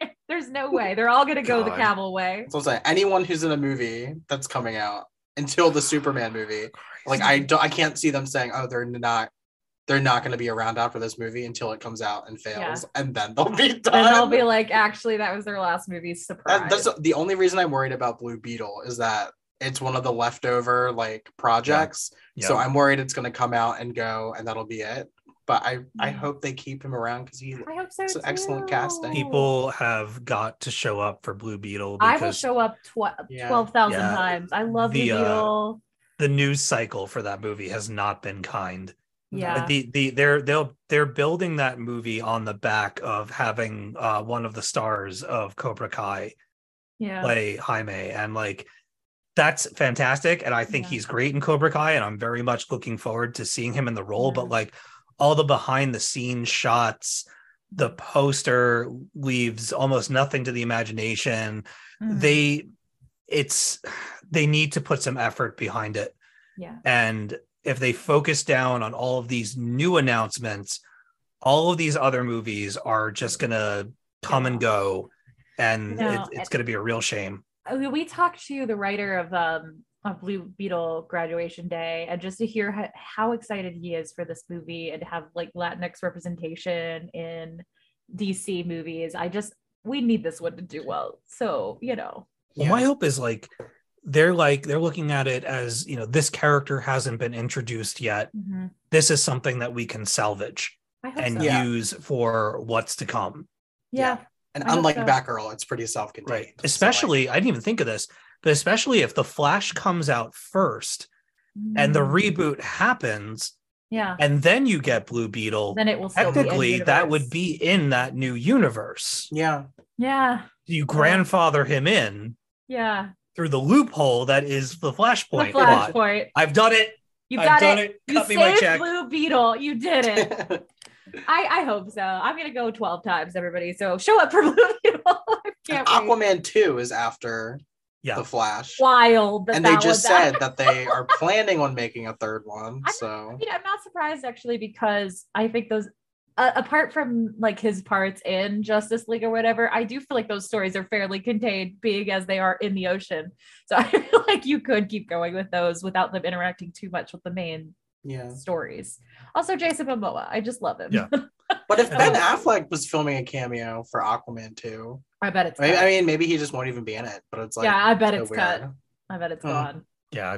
there's no way. They're all gonna go the God. Cavill way. so i'm saying anyone who's in a movie that's coming out until the superman movie like i don't i can't see them saying oh they're not they're not going to be around after this movie until it comes out and fails and then they'll be done Then they'll be like, actually, that was their last movie. Surprise. That- that's the only reason i'm worried about blue beetle is that it's one of the leftover like projects Yeah. so i'm worried it's going to come out and go and that'll be it but i i Mhm. hope they keep him around because he I hope so. It's an excellent too. casting. people have got to show up for blue beetle I will because show up tw- Yeah. 12,000 Yeah. times. I love the, The, uh, Beatle. the news cycle for that movie has not been kind Yeah. But the the they're they'll they're building that movie on the back of having uh one of the stars of Cobra Kai yeah. play Jaime and like that's fantastic and I think Yeah. he's great in Cobra Kai and I'm very much looking forward to seeing him in the role Yeah. but like all the behind the scenes shots the poster leaves almost nothing to the imagination Mhm. they it's they need to put some effort behind it yeah. and if they focus down on all of these new announcements, all of these other movies are just going to come and go. And No. it, it's going to be a real shame. I mean, Uh, we talked to the writer of um of Blue Beetle graduation day, and just to hear how, how excited he is for this movie and to have like Latinx representation in DC movies. I just we need this one to do well. So you know, Well, my hope is like they're like they're looking at it as you know this character hasn't been introduced yet. This is something that we can salvage I hope and so. Yeah. use for what's to come. yeah, And I hope unlike so. Batgirl, it's pretty self-contained. Right. So, like, Especially, I didn't even think of this, but especially if the Flash comes out first and the Mhm. reboot happens, yeah, and then you get Blue Beetle. then it will still be in technically that would universe. be in that new universe yeah, yeah, you grandfather him in yeah. through the loophole that is the flashpoint the plot flashpoint. i've done it You i've got done it. it, You cut me my saved check Blue Beetle. You did it. yeah. I, I hope so. I'm gonna go 12 times, everybody. So show up for Blue Beetle. I can't wait. Aquaman 2 is after Yeah. the Flash. Wild. That and they that was just that. said that they are planning on making a third one. not- I so mean, I'm not surprised actually because I think those, uh, apart from like his parts in Justice League or whatever, I do feel like those stories are fairly contained, being as they are in the ocean. So I feel like you could keep going with those without them interacting too much with the main yeah. stories. Also, Jason Momoa, I just love him. Yeah. But if I Ben mean- Affleck was filming a cameo for Aquaman 2, I bet it's. I mean, cut. I mean maybe he just won't even be in it, but it's like yeah, I bet so it's weird. cut. I bet it's Hmm. gone. yeah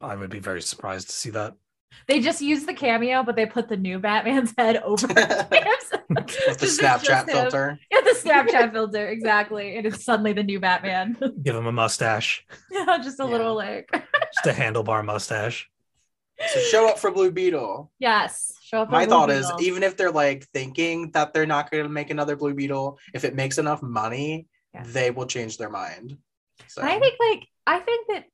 I, I would be very surprised to see that They just used the cameo, but they put the new Batman's head over. With With the Snapchat filter. Yeah, the Snapchat filter, exactly. And it's suddenly the new Batman. give him a mustache yeah, just a Yeah. little like just a handlebar mustache So show up for Blue Beetle. yes. Show up. My on thought Blue is Beetle. even if they're like thinking that they're not going to make another Blue Beetle, if it makes enough money, Yeah. they will change their mind. So I think like I think that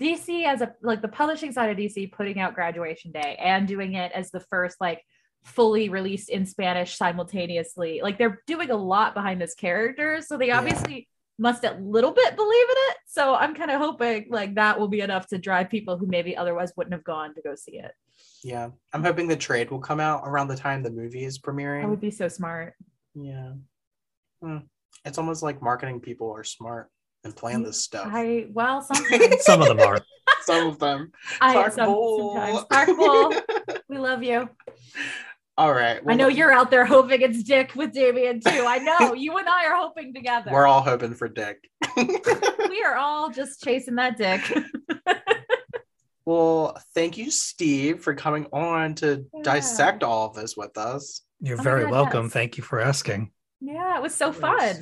DC as a like the publishing side of DC putting out graduation day and doing it as the first like fully released in Spanish simultaneously. Like they're doing a lot behind this character. So they Yeah. obviously must a little bit believe in it. So I'm kind of hoping like that will be enough to drive people who maybe otherwise wouldn't have gone to go see it. Yeah, I'm hoping the trade will come out around the time the movie is That premiering. would be so smart. yeah, Hmm. it's almost like marketing people are smart and plan this stuff. I well sometimes some of them are Some of them. I Clark some, Bull. sometimes Clark Bull, we love you. All right. I know you're out there hoping it's Dick with Damien too. I know you and I are hoping together. We're all hoping for Dick. we are all just chasing that dick. well, thank you, Steve, for coming on to Yeah. dissect all of this with us. You're Oh my very God, welcome. yes. Thank you for asking. yeah, it was so Yes. fun.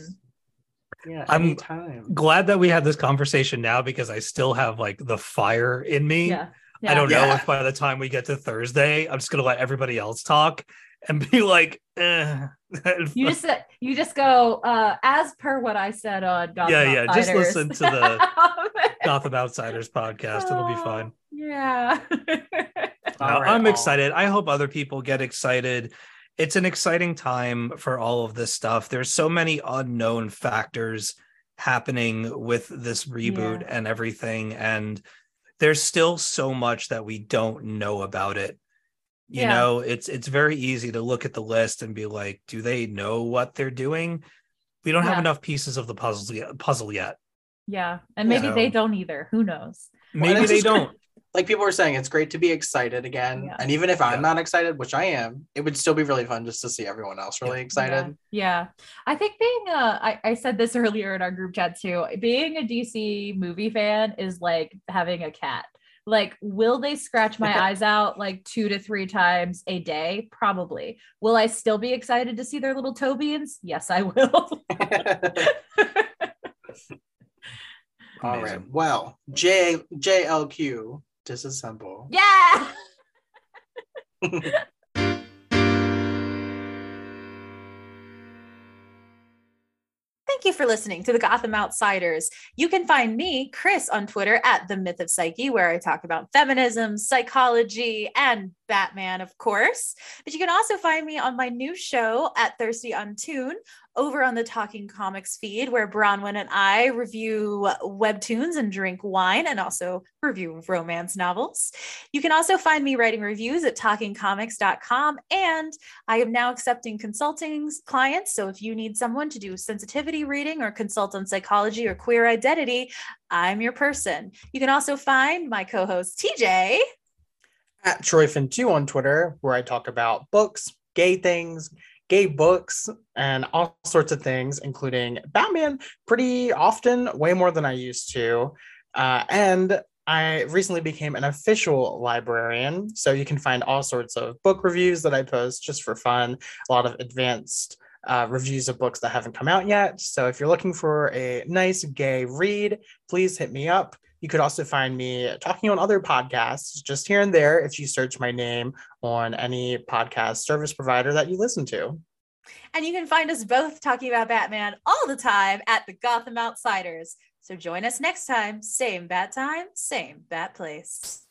Yeah, I'm- anytime. Glad that we had this conversation now because I still have like the fire in me. Yeah. I don't know Yeah. if by the time we get to Thursday, I'm just gonna let everybody else talk and be like, eh. You just said- you just go uh as per what I said on God. Yeah, yeah, just listen to the Gotham Outsiders podcast. It'll be fun. Yeah. All right, No, Uh, I'm all. excited. I hope other people get excited. It's an exciting time for all of this stuff. There's so many unknown factors happening with this reboot and everything. And there's still so much that we don't know about it. You Yeah. know, it's it's very easy to look at the list and be like, do they know what they're doing? We don't have Yeah. enough pieces of the puzzle yet, puzzle yet. yeah. And maybe Yeah. they don't either. Who knows? Well, and Maybe it's they just great- don't. Like people were saying, it's great to be excited again. Yeah. And even if Yeah. I'm not excited, which I am, it would still be really fun just to see everyone else really excited. Yeah. yeah. I think being uh I, I said this earlier in our group chat too. Being a DC movie fan is like having a cat. Like, will they scratch my eyes out like two to three times a day? Probably. Will I still be excited to see their little Tobians? Yes, I will. all Amazing. right. Well, J JLQ disassemble. yeah. Thank you for listening to the Gotham Outsiders. You can find me, Chris, on Twitter at The Myth of Psyche, where I talk about feminism, psychology, and Batman, of course. But you can also find me on my new show at Thirsty Untune over on the Talking Comics feed, where Bronwyn and I review webtoons and drink wine and also review romance novels. You can also find me writing reviews at talkingcomics.com and I am now accepting consulting clients. So if you need someone to do sensitivity reading or consult on psychology or queer identity, I'm your person. You can also find my co host, TJ. at TroyFin2 on Twitter, where I talk about books, gay things, gay books, and all sorts of things, including Batman, pretty often, way more than I used to. Uh, and I recently became an official librarian, so you can find all sorts of book reviews that I post just for fun, a lot of advanced. Uh, reviews of books that haven't come out yet. So if you're looking for a nice gay read, please hit me up. You could also find me talking on other podcasts just here and there if you search my name on any podcast service provider that you listen to. And you can find us both talking about Batman all the time at the Gotham Outsiders. So join us next time, same bat time, same bat place.